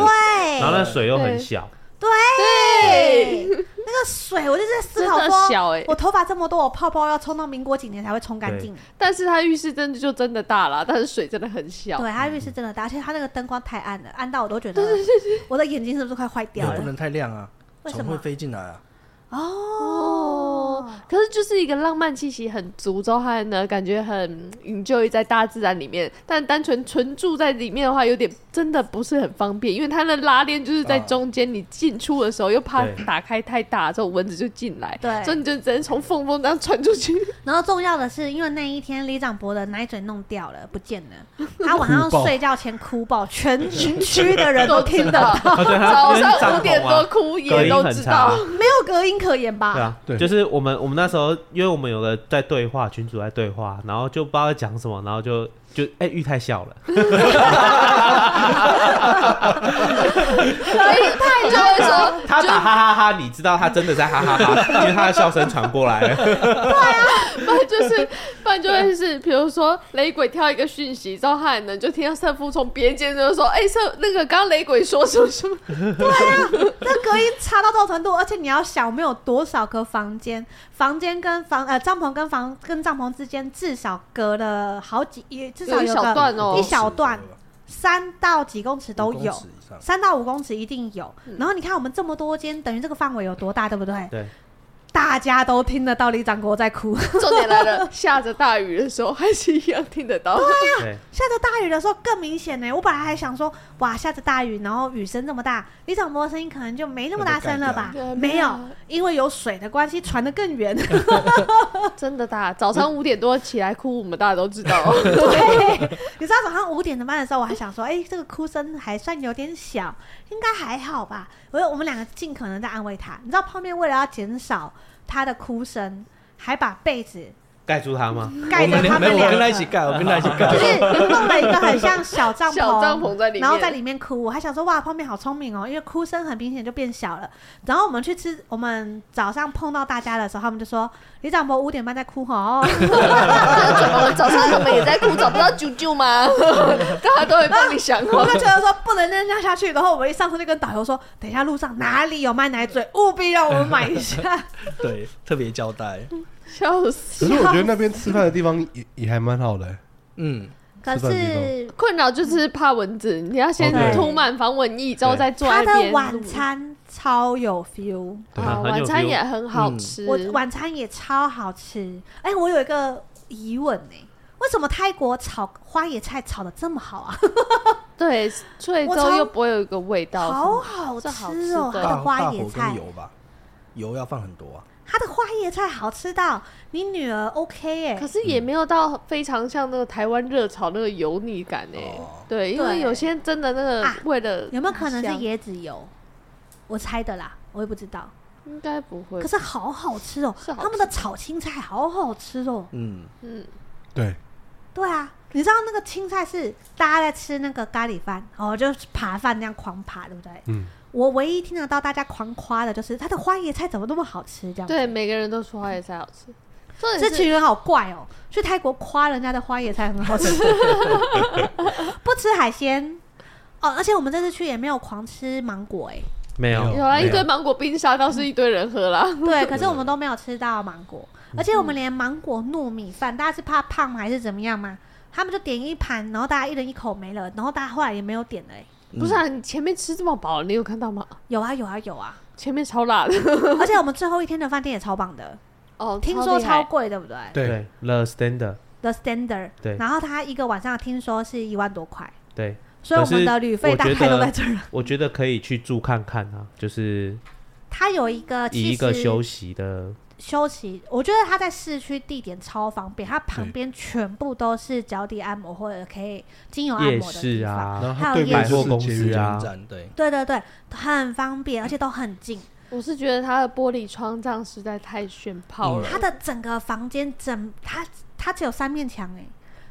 [SPEAKER 5] 然后那水又
[SPEAKER 3] 哎对
[SPEAKER 5] 很
[SPEAKER 3] <laughs>
[SPEAKER 5] 小，
[SPEAKER 1] 对，那个水，我就在思
[SPEAKER 3] 真
[SPEAKER 1] 考
[SPEAKER 3] 的
[SPEAKER 1] 说，
[SPEAKER 3] 小哎、
[SPEAKER 1] 我头发这么多，我泡泡要冲到民国几年才会冲干净？
[SPEAKER 3] 但是它浴室真的就真的大啦，但是水真的很小，
[SPEAKER 1] 对，它浴室真的大，而且它那个灯光太暗了，暗到我都觉得我的眼睛是不是快坏掉
[SPEAKER 2] 也不
[SPEAKER 1] 了？
[SPEAKER 2] 能太亮啊，
[SPEAKER 1] 为什
[SPEAKER 2] 虫会
[SPEAKER 1] 么？
[SPEAKER 2] 飞进来啊。
[SPEAKER 1] 哦，
[SPEAKER 3] 可是就是一个浪漫气息很足之后，还呢感觉很 enjoy 在大自然里面，但单纯纯住在里面的话，有点真的不是很方便，因为它的拉链就是在
[SPEAKER 2] 啊
[SPEAKER 3] 中间，你进出的时候又怕
[SPEAKER 5] 对
[SPEAKER 3] 打开太大，之后蚊子就进来，
[SPEAKER 1] 对
[SPEAKER 3] 所以你就只能从缝缝这样穿出去。
[SPEAKER 1] 然后重要的是，因为那一天李长博的奶嘴弄掉了，不见了。他晚上
[SPEAKER 4] 哭爆
[SPEAKER 1] 睡觉前哭爆，全区的人都听得 <laughs>
[SPEAKER 3] 到
[SPEAKER 1] 到，，
[SPEAKER 5] 啊对它
[SPEAKER 3] 早
[SPEAKER 5] <laughs> 因为
[SPEAKER 3] 上
[SPEAKER 5] 帐
[SPEAKER 3] 五点
[SPEAKER 5] 篷啊
[SPEAKER 3] 多哭
[SPEAKER 5] 隔
[SPEAKER 3] 也
[SPEAKER 5] 音
[SPEAKER 3] 都
[SPEAKER 5] 很
[SPEAKER 3] 知
[SPEAKER 5] 差
[SPEAKER 3] 道
[SPEAKER 5] 啊。
[SPEAKER 1] 没有隔音可言
[SPEAKER 5] 对
[SPEAKER 1] 吧？
[SPEAKER 5] 啊，
[SPEAKER 4] 对
[SPEAKER 5] 就是我们我们那时候，因为我们有个在对话，群主在对话，然后就不知道在讲什么，然后就就哎、玉太小了，
[SPEAKER 3] 所以他 <laughs> 就会说，
[SPEAKER 5] 他打哈哈哈你知道他真的在哈
[SPEAKER 3] <laughs>
[SPEAKER 5] 哈哈，因为他的笑声传过来了。
[SPEAKER 3] 不然就是，不然就会是，比如说雷鬼跳一个讯息，之后他呢就听到社夫从别间就说，哎、社那个刚刚雷鬼说什么什么，
[SPEAKER 1] 那隔音差到这种程度，而且你要想，我们有多少个房间？房间跟房呃帐篷跟房跟帐篷之间至少隔了好几，也至少
[SPEAKER 3] 有一
[SPEAKER 1] 有
[SPEAKER 3] 小
[SPEAKER 1] 个
[SPEAKER 3] 段哦
[SPEAKER 1] 一，小段三到几公尺都
[SPEAKER 2] 五公
[SPEAKER 1] 有。
[SPEAKER 2] 尺以上
[SPEAKER 1] 三到五公尺一定有。然后你看我们这么多间，等于这个范围有多大，对不对？
[SPEAKER 5] 对，
[SPEAKER 1] 大家都听得到李长国在哭。
[SPEAKER 3] 重点来了，下着大雨的时候还是一样听得到，
[SPEAKER 5] 对，
[SPEAKER 1] 下着大雨的时候更明显呢。我本来还想说，哇，下着大雨，然后雨声这么大，李长国的声音可能就没那么大声了吧
[SPEAKER 3] 对？
[SPEAKER 1] 没有
[SPEAKER 3] 没有，
[SPEAKER 1] 因为有水的关系，传得
[SPEAKER 2] <laughs>
[SPEAKER 1] 更远。
[SPEAKER 3] 真的大，早上五点多起来哭，我们大家都知 <laughs> 道，
[SPEAKER 1] 对，你知道早上五点半的时候，我还想说，哎、这个哭声还算有点小，应该还好吧。我我们两个尽可能在安慰他。你知道泡面为了要减少他的哭声，还把被子
[SPEAKER 5] 盖住他吗？
[SPEAKER 1] 盖
[SPEAKER 2] 我
[SPEAKER 1] 着
[SPEAKER 2] 们
[SPEAKER 1] 他
[SPEAKER 2] 没
[SPEAKER 1] 们
[SPEAKER 2] 有，我跟他
[SPEAKER 1] 俩，
[SPEAKER 2] 一起盖，我跟他一起 <laughs> 盖
[SPEAKER 1] 就。是弄了一个很像小帐篷，
[SPEAKER 3] 小帐篷在里面，
[SPEAKER 1] 然后在里面哭，我还想说哇，泡面好聪明哦，因为哭声很明显就变小了。然后我们去吃，我们早上碰到大家的时候，他们就说李长博五点半在哭哦，
[SPEAKER 3] <laughs> 那怎么了？早上我们也在哭，找不到啾啾吗？ <laughs> 大家都会帮你想
[SPEAKER 1] 我
[SPEAKER 3] 哦
[SPEAKER 1] 们。就觉得说不能扔这样下去。然后我们一上车就跟导游说，等一下路上哪里有卖奶嘴，务必让我们买一下。
[SPEAKER 2] 对，特别交代。
[SPEAKER 3] 笑死！
[SPEAKER 4] 可是我觉得那边吃饭的地方也也还蛮好的、欸
[SPEAKER 2] 嗯，
[SPEAKER 1] 可
[SPEAKER 4] 吃饭地
[SPEAKER 1] 是
[SPEAKER 3] 困扰就是怕蚊子，你要先
[SPEAKER 4] 哦对
[SPEAKER 3] 涂满防蚊液，之后再坐在
[SPEAKER 1] 他
[SPEAKER 3] 那
[SPEAKER 1] 的
[SPEAKER 3] 边
[SPEAKER 1] 晚
[SPEAKER 3] 录
[SPEAKER 1] 餐超有 feel。
[SPEAKER 5] 对
[SPEAKER 3] 啊，
[SPEAKER 5] 很有
[SPEAKER 3] 晚餐
[SPEAKER 5] feel
[SPEAKER 3] 也很好吃。
[SPEAKER 1] 我晚餐也超好吃。哎、我有一个疑问呢、为什么泰国炒花椰菜炒的这么好啊？
[SPEAKER 3] 对，脆
[SPEAKER 1] 我
[SPEAKER 3] 之后
[SPEAKER 1] 超
[SPEAKER 3] 又不会有一个味道。
[SPEAKER 1] 好好吃
[SPEAKER 3] 这好
[SPEAKER 1] 哦、
[SPEAKER 3] 吃
[SPEAKER 1] 它
[SPEAKER 3] 的
[SPEAKER 1] 的
[SPEAKER 2] 大
[SPEAKER 1] 花
[SPEAKER 2] 大
[SPEAKER 1] 椰
[SPEAKER 2] 火
[SPEAKER 1] 菜
[SPEAKER 2] 跟，油吧，油要放很多啊。
[SPEAKER 1] 它的花椰菜好吃到你女儿 OK 哎、
[SPEAKER 3] 可是也没有到非常像那个台湾热炒那个油腻感哎、
[SPEAKER 5] 嗯
[SPEAKER 2] 哦
[SPEAKER 3] 对，因为
[SPEAKER 1] 对
[SPEAKER 3] 有些真的那个
[SPEAKER 1] 啊
[SPEAKER 3] 为了、
[SPEAKER 1] 有没有可能是？椰子油？我猜的啦，我也不知道。
[SPEAKER 3] 应该不会
[SPEAKER 1] 可。是好好吃哦、
[SPEAKER 3] 是好吃
[SPEAKER 1] 他们的炒青菜好好吃哦、
[SPEAKER 2] 嗯，
[SPEAKER 3] 嗯，
[SPEAKER 4] 对，
[SPEAKER 1] 对啊，你知道那个青菜是大家在吃那个咖喱饭，哦，就是扒饭那样狂扒，对不对？
[SPEAKER 4] 嗯，
[SPEAKER 1] 我唯一听得到大家狂夸的就是它的花椰菜怎么那么好吃，这样。
[SPEAKER 3] 对，每个人都说花椰菜好吃。重
[SPEAKER 1] 这
[SPEAKER 3] 点是
[SPEAKER 1] 群人好怪哦，去泰国夸人家的花椰菜很
[SPEAKER 2] 嗯
[SPEAKER 1] 好吃，不吃海鲜哦。而且我们这次去也没有狂吃芒果
[SPEAKER 3] <laughs>
[SPEAKER 1] 哎，
[SPEAKER 5] 没有，
[SPEAKER 3] 有啦，
[SPEAKER 4] 没有
[SPEAKER 3] 一堆芒果冰沙倒是一堆人喝啦。
[SPEAKER 1] 对，可是我们都没有吃到芒果，
[SPEAKER 3] 嗯
[SPEAKER 1] 而且我们连芒果糯米饭，大家是怕胖吗还是怎么样吗？他们就点一盘，然后大家一人一口没了，然后大家后来也没有点了哎。
[SPEAKER 3] 不是啊，你前面吃这么饱，你有看到吗？
[SPEAKER 1] 有啊有啊有啊，
[SPEAKER 3] 前面超
[SPEAKER 1] <laughs>
[SPEAKER 3] 辣的
[SPEAKER 1] 而且我们最后一天的饭店也超棒的，
[SPEAKER 3] 哦，
[SPEAKER 1] 听说超
[SPEAKER 3] 厉害
[SPEAKER 1] 贵，对不对
[SPEAKER 4] 对，
[SPEAKER 5] 对，The Standard，
[SPEAKER 1] ？The Standard，
[SPEAKER 5] 对
[SPEAKER 1] 然后他一个晚上听说是一万多块，
[SPEAKER 5] 对，
[SPEAKER 1] 所以我
[SPEAKER 5] 可
[SPEAKER 1] 们
[SPEAKER 5] 是
[SPEAKER 1] 的旅费
[SPEAKER 5] 我
[SPEAKER 1] 大
[SPEAKER 5] 觉
[SPEAKER 1] 概
[SPEAKER 5] 得
[SPEAKER 1] 都在这 <laughs> 儿了。
[SPEAKER 5] 我觉得可以去住看看啊，就是
[SPEAKER 1] 他有一
[SPEAKER 3] 啊
[SPEAKER 1] 个
[SPEAKER 5] 以
[SPEAKER 1] 其
[SPEAKER 5] 一个
[SPEAKER 1] 实
[SPEAKER 5] 休息的，
[SPEAKER 1] 休息，我觉得他在市区地点超方便，他旁边全部都是脚底按摩或者可以精油按
[SPEAKER 5] 夜
[SPEAKER 1] 摩的
[SPEAKER 5] 市
[SPEAKER 1] 地方。
[SPEAKER 5] 啊，
[SPEAKER 4] 然后
[SPEAKER 1] 还
[SPEAKER 4] 它
[SPEAKER 1] 有
[SPEAKER 4] 对
[SPEAKER 1] 夜
[SPEAKER 4] 面
[SPEAKER 5] 百
[SPEAKER 1] 市
[SPEAKER 5] 货
[SPEAKER 4] 就
[SPEAKER 5] 公
[SPEAKER 4] 是捷运
[SPEAKER 5] 司啊
[SPEAKER 2] 嗯，站对，
[SPEAKER 1] 对对对，很方便，而且都很近。
[SPEAKER 3] 我是觉得它的玻璃窗这样实在太炫炮
[SPEAKER 5] 嗯
[SPEAKER 3] 了。
[SPEAKER 1] 他的整个房间整，他他只有三面墙哎、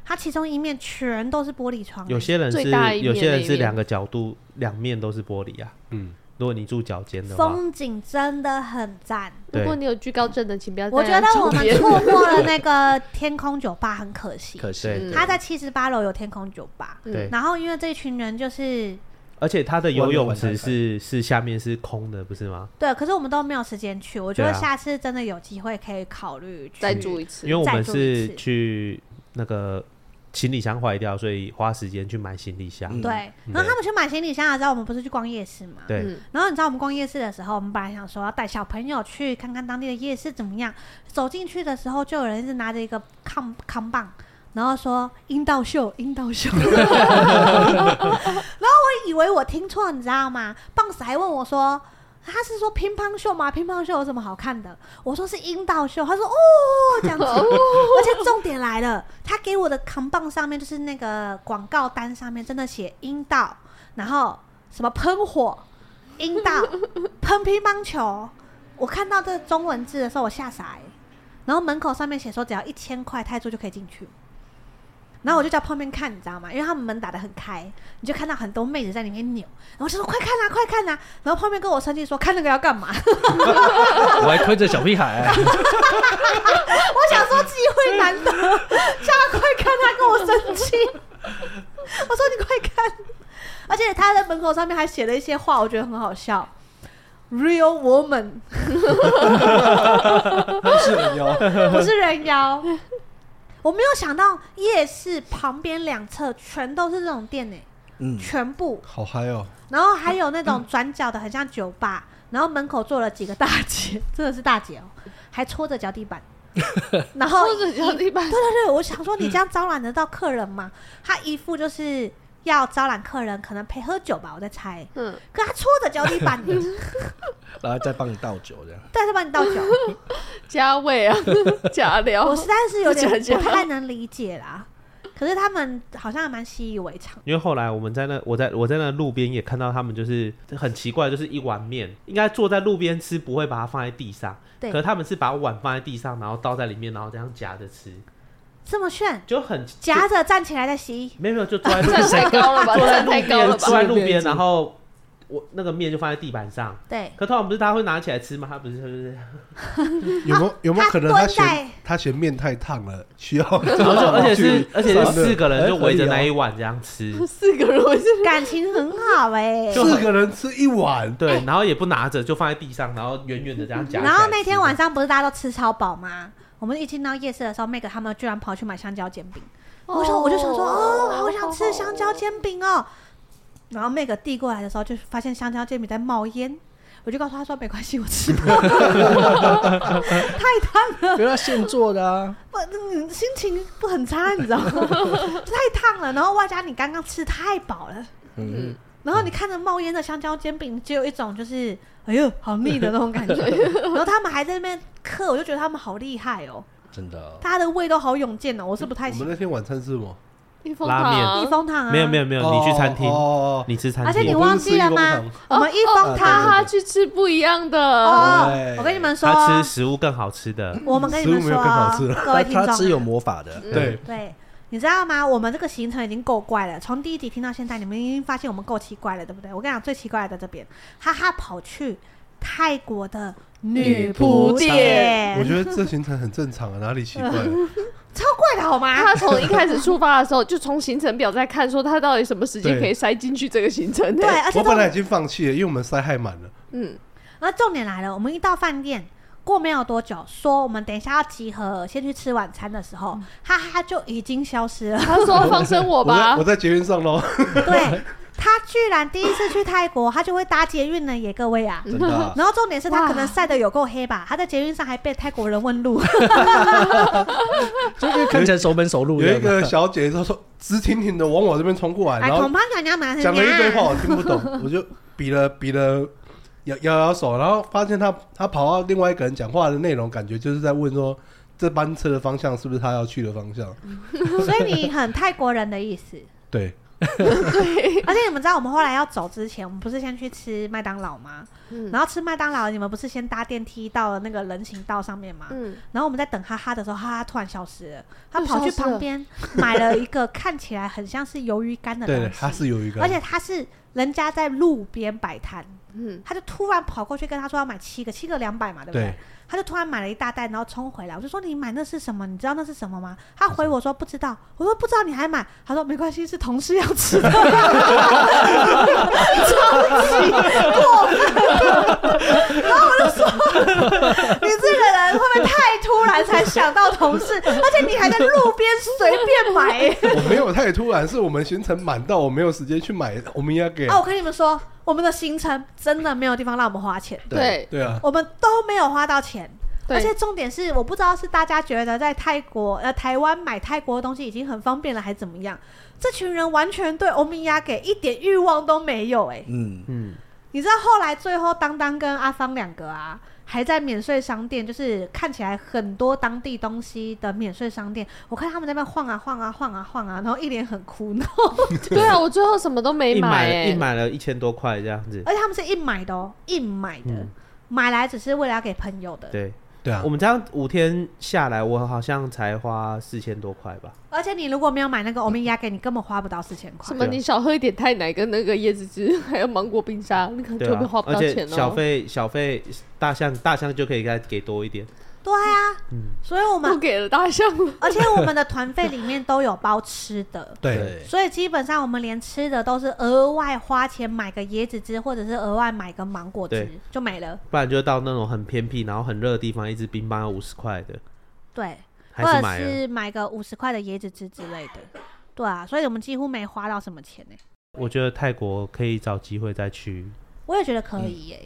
[SPEAKER 1] 它其中一面全都是玻璃窗欸、
[SPEAKER 5] 有些人
[SPEAKER 3] 最
[SPEAKER 5] 是
[SPEAKER 3] 大一面
[SPEAKER 5] 有些
[SPEAKER 3] 那
[SPEAKER 5] 人
[SPEAKER 3] 一
[SPEAKER 5] 是
[SPEAKER 3] 面
[SPEAKER 5] 两个角度两面都是玻璃啊，
[SPEAKER 4] 嗯，
[SPEAKER 5] 如果你住脚尖的话，
[SPEAKER 1] 风景真的很赞。
[SPEAKER 3] 如果
[SPEAKER 5] 对
[SPEAKER 3] 你有惧高症的，请不要再
[SPEAKER 1] 我觉得
[SPEAKER 3] 来
[SPEAKER 1] 我
[SPEAKER 3] 周
[SPEAKER 1] 们
[SPEAKER 3] 边
[SPEAKER 1] 错过了那个天空酒吧，很可惜。
[SPEAKER 2] 可惜。
[SPEAKER 5] 对
[SPEAKER 3] 嗯
[SPEAKER 1] 他在七十八楼有天空酒吧，
[SPEAKER 5] 对，
[SPEAKER 1] 然后因为这群人就是
[SPEAKER 5] 而且它的
[SPEAKER 2] 外
[SPEAKER 5] 游
[SPEAKER 2] 面
[SPEAKER 5] 泳
[SPEAKER 2] 晚餐
[SPEAKER 5] 池
[SPEAKER 2] 才
[SPEAKER 5] 是是下面是空的，不是吗？
[SPEAKER 1] 对，可是我们都没有时间去。我觉得
[SPEAKER 5] 对啊
[SPEAKER 1] 下次真的有机会可以考虑去
[SPEAKER 3] 再住一次
[SPEAKER 5] 因为。我
[SPEAKER 1] 再
[SPEAKER 5] 们
[SPEAKER 1] 住一次
[SPEAKER 5] 是去那个行李箱坏掉，所以花时间去买行李箱。
[SPEAKER 2] 嗯
[SPEAKER 1] 对，然后他们去买行李箱的时候，我们不是去逛夜市嘛？
[SPEAKER 5] 对，
[SPEAKER 3] 嗯
[SPEAKER 1] 然后你知道我们逛夜市的时候，我们本来想说要带小朋友去看看当地的夜市怎么样。走进去的时候，就有人一直拿着一个抗抗棒，然后说阴道秀，阴道秀。然后我以为我听错，你知道吗？棒子还问我说。他是说乒乓秀吗？乒乓秀有什么好看的？我说是阴道秀，他说哦这样子，而且重点来了，他给我的扛棒上面就是那个广告单上面真的写阴道，然后什么喷火、阴道、喷乒乓球。我看到这中文字的时候，我吓傻、欸。然后门口上面写说只要一千块泰铢就可以进去，然后我就在旁边看，你知道吗？因为他们门打得很开，你就看到很多妹子在里面扭，然后就说快看啊，快看啊！然后旁边跟我生气说看那个要干嘛？
[SPEAKER 2] 我还推着小屁孩、 <laughs>
[SPEAKER 1] 我想说机会难得，叫他快看，他跟我生气。我说你快看，而且他在门口上面还写了一些话，我觉得很好笑。Real woman
[SPEAKER 2] 不是人妖。
[SPEAKER 1] 不是人妖， <laughs> 我没有想到夜市旁边两侧全都是这种店呢、
[SPEAKER 2] 嗯，
[SPEAKER 1] 全部。
[SPEAKER 4] 好嗨哦，
[SPEAKER 1] 然后还有那种转角的，很像酒吧，然后门口坐了几个大姐， <laughs> 真的是大姐哦，还戳着脚底板，然后
[SPEAKER 3] 或者小地板
[SPEAKER 1] 对对对，我想说你这样招揽得到客人吗？他一副就是要招揽客人，可能陪喝酒吧，我在猜。
[SPEAKER 3] 嗯，
[SPEAKER 1] 可他戳着脚底板， <laughs>
[SPEAKER 2] 然后再帮你倒酒这样。
[SPEAKER 1] 但是帮你倒酒，
[SPEAKER 3] 加味啊，加料
[SPEAKER 5] <laughs>
[SPEAKER 1] 哦我。实在是有点
[SPEAKER 3] 不讲究
[SPEAKER 1] 不太能理解啦。可是他们好像还蛮习以为常。
[SPEAKER 5] 因为后来我们在那，我在我在那路边也看到他们，就是很奇怪，就是一碗面，应该坐在路边吃，不会把它放在地上。
[SPEAKER 1] 对
[SPEAKER 5] 可是他们是把碗放在地上，然后倒在里面，然后这样夹着吃，
[SPEAKER 1] 这么炫，
[SPEAKER 5] 就很
[SPEAKER 1] 夹着站起来再洗，
[SPEAKER 5] 就没有没有，就坐
[SPEAKER 3] <laughs>
[SPEAKER 5] 在路
[SPEAKER 3] 站
[SPEAKER 5] 边，
[SPEAKER 3] 太高了吧，
[SPEAKER 5] 坐在
[SPEAKER 3] 站
[SPEAKER 5] 路
[SPEAKER 3] 太高了
[SPEAKER 5] 边，
[SPEAKER 3] 吧
[SPEAKER 5] 坐。在路
[SPEAKER 6] 路边
[SPEAKER 5] 边，然后我那个面就放在地板上。
[SPEAKER 1] <laughs> 对，
[SPEAKER 5] 可通常不是大家会拿起来吃吗？他不是就是，
[SPEAKER 4] 有没有有没有可能
[SPEAKER 1] 他
[SPEAKER 4] 他
[SPEAKER 1] 蹲在
[SPEAKER 4] 嫌他嫌面太烫了，
[SPEAKER 1] <laughs>
[SPEAKER 4] 需要
[SPEAKER 5] 然后就而且是而且是四个人
[SPEAKER 4] 哎
[SPEAKER 5] 就围着
[SPEAKER 4] 合理哦
[SPEAKER 5] 那一碗这样吃，
[SPEAKER 3] 四个人，我是
[SPEAKER 1] 感情很好哎、
[SPEAKER 5] 就
[SPEAKER 4] 四个人吃一碗，
[SPEAKER 5] 对，然后也不拿着，就放在地上，然后远远的这样夹起来吃。
[SPEAKER 1] 然后那天晚上不是大家都吃超饱吗？我们一进到夜市的时候，Meg 他们居然跑去买香蕉煎饼。我想，我就想说，哦，好想吃香蕉煎饼哦。然后 Meg 递过来的时候，就发现香蕉煎饼在冒烟，我就告诉他说，没关系，我吃
[SPEAKER 5] <laughs>
[SPEAKER 1] 不了，太烫了，
[SPEAKER 2] 原来现做的啊，
[SPEAKER 1] 不，嗯心情不很差，你知道吗？ <laughs> 太烫了，然后外加你刚刚吃太饱了。
[SPEAKER 2] 嗯，
[SPEAKER 1] 然后你看着冒烟的香蕉煎饼，只有一种就是哎呦好腻的那种感觉。然后他们还在那边嗑，我就觉得他们好厉害哦，
[SPEAKER 2] 真的哦。
[SPEAKER 1] 大家的胃都好勇健哦，我是不太
[SPEAKER 4] 我
[SPEAKER 1] 行
[SPEAKER 4] 们。那天晚餐是什么？
[SPEAKER 3] 蜜蜂
[SPEAKER 5] 拉面
[SPEAKER 3] 糖
[SPEAKER 1] 一风堂啊，
[SPEAKER 5] 没有没有没有，你去餐厅，
[SPEAKER 4] 哦，
[SPEAKER 5] 你吃餐厅，
[SPEAKER 1] 而且你
[SPEAKER 4] 我
[SPEAKER 1] 忘
[SPEAKER 4] 不是
[SPEAKER 1] 记了
[SPEAKER 4] 吃一公
[SPEAKER 1] 吗
[SPEAKER 4] 堂？
[SPEAKER 1] 我们一
[SPEAKER 3] 哦
[SPEAKER 1] 风
[SPEAKER 3] 哦
[SPEAKER 1] 堂
[SPEAKER 3] 他他去吃不一样的，
[SPEAKER 1] 哦
[SPEAKER 2] 对，
[SPEAKER 1] 我跟你们说，
[SPEAKER 5] 他吃食物更好
[SPEAKER 4] <clears throat>
[SPEAKER 5] 吃的，
[SPEAKER 1] 我们跟你们
[SPEAKER 4] 食物没有更好吃
[SPEAKER 1] 说，各
[SPEAKER 2] 他
[SPEAKER 1] 位听
[SPEAKER 2] 他吃有
[SPEAKER 1] 众啊，
[SPEAKER 2] 魔法的，
[SPEAKER 4] 对，
[SPEAKER 1] 对。你知道吗？我们这个行程已经够怪了，从第一集听到现在，你们已经发现我们够奇怪了，对不对？我跟你讲，最奇怪的在这边，哈哈跑去泰国的女仆
[SPEAKER 3] 仆
[SPEAKER 1] 店，
[SPEAKER 4] 我觉得这行程很正常啊，哪里奇怪？
[SPEAKER 1] 嗯超怪的好吗？
[SPEAKER 3] 他从一开始出发的时候，就从行程表在看，说他到底什么时间
[SPEAKER 4] 对
[SPEAKER 3] 可以塞进去这个行程。
[SPEAKER 1] 对，，而且重
[SPEAKER 4] 我本来已经放弃了，因为我们塞太满了。
[SPEAKER 3] 嗯，
[SPEAKER 1] 然后重点来了，我们一到饭店，过没有多久，说我们等一下要集合，先去吃晚餐的时候，
[SPEAKER 4] 嗯
[SPEAKER 1] 哈哈就已经消失
[SPEAKER 4] <laughs>
[SPEAKER 1] 了。
[SPEAKER 3] 他说放生我
[SPEAKER 4] 我在
[SPEAKER 3] 吧
[SPEAKER 4] 我，在捷运上喽，
[SPEAKER 1] 对他居然第一次去泰国，他就会搭捷运了耶，各位啊！
[SPEAKER 4] 真的啊、
[SPEAKER 1] 然后重点是他
[SPEAKER 3] 哇
[SPEAKER 1] 可能晒得有够黑吧，他在捷运上还被泰国人问
[SPEAKER 4] 啊
[SPEAKER 1] 路，
[SPEAKER 2] <laughs> 就因为看起来熟门熟路。啊
[SPEAKER 4] 有一个小姐她说直挺挺的往我这边冲过来，
[SPEAKER 1] 哎，
[SPEAKER 4] 然后
[SPEAKER 1] 恐怕娘娘 <laughs> 蛮
[SPEAKER 4] 讲了一堆话我听
[SPEAKER 1] <laughs>
[SPEAKER 4] 不懂，我就比了比了摇摇摇手，然后发现她她跑到另外一个人讲话的内容，感觉就是在问说这班车的方向是不是她要去的方向？
[SPEAKER 1] 嗯 <laughs> 所以你很泰国人的意思。
[SPEAKER 4] 对，
[SPEAKER 1] 而且你们知道，我们后来要走之前，我们不是先去吃麦当劳吗？
[SPEAKER 3] 嗯
[SPEAKER 1] 然后吃麦当劳，你们不是先搭电梯到了那个人行道上面吗？
[SPEAKER 3] 嗯，
[SPEAKER 1] 然后我们在等哈哈的时候，哈哈突然消失了，他
[SPEAKER 3] 又
[SPEAKER 1] 跑去
[SPEAKER 3] 消失了
[SPEAKER 1] 旁边买了一个看起来很像是鱿鱼干的
[SPEAKER 4] 对，
[SPEAKER 1] 东
[SPEAKER 4] 她
[SPEAKER 1] 西，
[SPEAKER 4] 是有一个，
[SPEAKER 1] 而且他是人家在路边摆摊，
[SPEAKER 3] 嗯
[SPEAKER 1] 他就突然跑过去跟他说要买七个，七个两百嘛，对不对？
[SPEAKER 4] 对
[SPEAKER 1] 他就突然买了一大袋，然后冲回来，我就说你买那是什么？你知道那是什么吗？他回我说不知道，我说不知道你还买，他说没关系，是同事要
[SPEAKER 4] <laughs>
[SPEAKER 1] 吃的，你这个人会不会太突然才想到同事？而且你还在路边随便买、
[SPEAKER 4] 我没有太突然，是我们行程满到我没有时间去买我们要给
[SPEAKER 1] 啊，我跟你们说，我们的行程真的没有地方让我们花钱，
[SPEAKER 3] 对
[SPEAKER 4] 对啊，
[SPEAKER 1] 我们都没有花到钱。
[SPEAKER 3] 对
[SPEAKER 1] 而且重点是，我不知道是大家觉得在泰国、呃台湾买泰国的东西已经很方便了，还是怎么样？这群人完全对欧米亚给一点欲望都没有、哎，
[SPEAKER 2] 嗯，
[SPEAKER 5] 嗯，
[SPEAKER 1] 你知道后来最后当当跟阿芳两个啊，还在免税商店，就是看起来很多当地东西的免税商店，我看他们在那边晃啊晃啊晃啊晃啊，然后一脸很苦恼，
[SPEAKER 3] 对啊，我最后什么都没
[SPEAKER 5] 一买了一
[SPEAKER 3] 哎，
[SPEAKER 5] 买了一千多块这样子，
[SPEAKER 1] 而且他们是硬买的哦，硬买的，
[SPEAKER 5] 嗯
[SPEAKER 1] 买来只是为了要给朋友的。
[SPEAKER 5] 对
[SPEAKER 4] 对啊
[SPEAKER 5] 我，们这样五天下来，我好像才花四千多块吧，
[SPEAKER 1] 而且你如果没有买那个
[SPEAKER 5] 嗯
[SPEAKER 1] 欧米亚给，你根本花不到四千
[SPEAKER 3] 什
[SPEAKER 1] 块。
[SPEAKER 3] 么你少喝一点太奶跟那个椰子汁，还有芒果冰沙，你可能
[SPEAKER 5] 对
[SPEAKER 3] 嗯就
[SPEAKER 5] 啊
[SPEAKER 3] 会花，不
[SPEAKER 5] 而
[SPEAKER 3] 到
[SPEAKER 5] 且
[SPEAKER 3] 钱
[SPEAKER 5] 小
[SPEAKER 3] 哦。
[SPEAKER 5] 费小费大象大象就可以再给多一点，
[SPEAKER 1] 对啊，
[SPEAKER 5] 嗯
[SPEAKER 1] 所以我
[SPEAKER 3] 不
[SPEAKER 1] 们，
[SPEAKER 3] 给了大象了，
[SPEAKER 1] 而且我们的团费里面都有包吃的。
[SPEAKER 4] 对，
[SPEAKER 1] 所以基本上我们连吃的都是额外花钱买个椰子汁，或者是额外买个芒果汁
[SPEAKER 5] 对
[SPEAKER 1] 就没了。
[SPEAKER 5] 不然就到那种很偏僻然后很热的地方，一支冰棒要五十块的，
[SPEAKER 1] 对，
[SPEAKER 5] 还
[SPEAKER 1] 或
[SPEAKER 5] 是
[SPEAKER 1] 者
[SPEAKER 5] 买了。
[SPEAKER 1] 是买个五十块的椰子汁之类的。对啊，所以我们几乎没花到什么钱呢、欸
[SPEAKER 5] 我觉得泰国可以找机会再去，
[SPEAKER 1] 我也觉得可
[SPEAKER 5] 嗯
[SPEAKER 1] 以耶、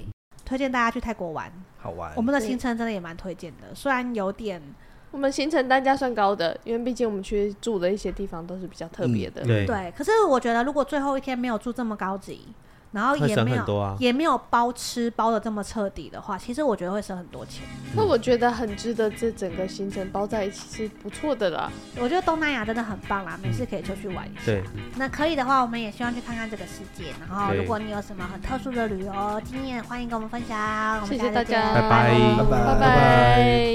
[SPEAKER 1] 推荐大家去泰国玩。
[SPEAKER 2] 好玩
[SPEAKER 1] 我。们的行程真的也蛮推荐的，虽然有点
[SPEAKER 3] 我们行程单价算高的，因为毕竟我们去住的一些地方都是比较特别的。
[SPEAKER 5] 嗯对
[SPEAKER 1] 对，可是我觉得如果最后一天没有住这么高级，然后
[SPEAKER 5] 会
[SPEAKER 1] 也
[SPEAKER 5] 省
[SPEAKER 1] 没
[SPEAKER 5] 很
[SPEAKER 1] 有、
[SPEAKER 5] 多啊
[SPEAKER 1] 也没有包吃包的这么彻底的话，其实我觉得会省很多钱。
[SPEAKER 3] 那我觉得很值得这整个行程包在一起是不错的啦。
[SPEAKER 1] 我觉得东南亚真的很棒啦，没事可以出去玩一下。
[SPEAKER 5] 对，
[SPEAKER 1] 那可以的话，我们也希望去看看这个世界。然后，
[SPEAKER 5] 对
[SPEAKER 1] 如果你有什么很特殊的旅游经验，欢迎跟我们分享。我们
[SPEAKER 3] 谢
[SPEAKER 1] 下
[SPEAKER 3] 谢
[SPEAKER 1] 次
[SPEAKER 3] 大家，
[SPEAKER 1] 见
[SPEAKER 5] 拜拜
[SPEAKER 3] 拜
[SPEAKER 2] 拜
[SPEAKER 3] 拜。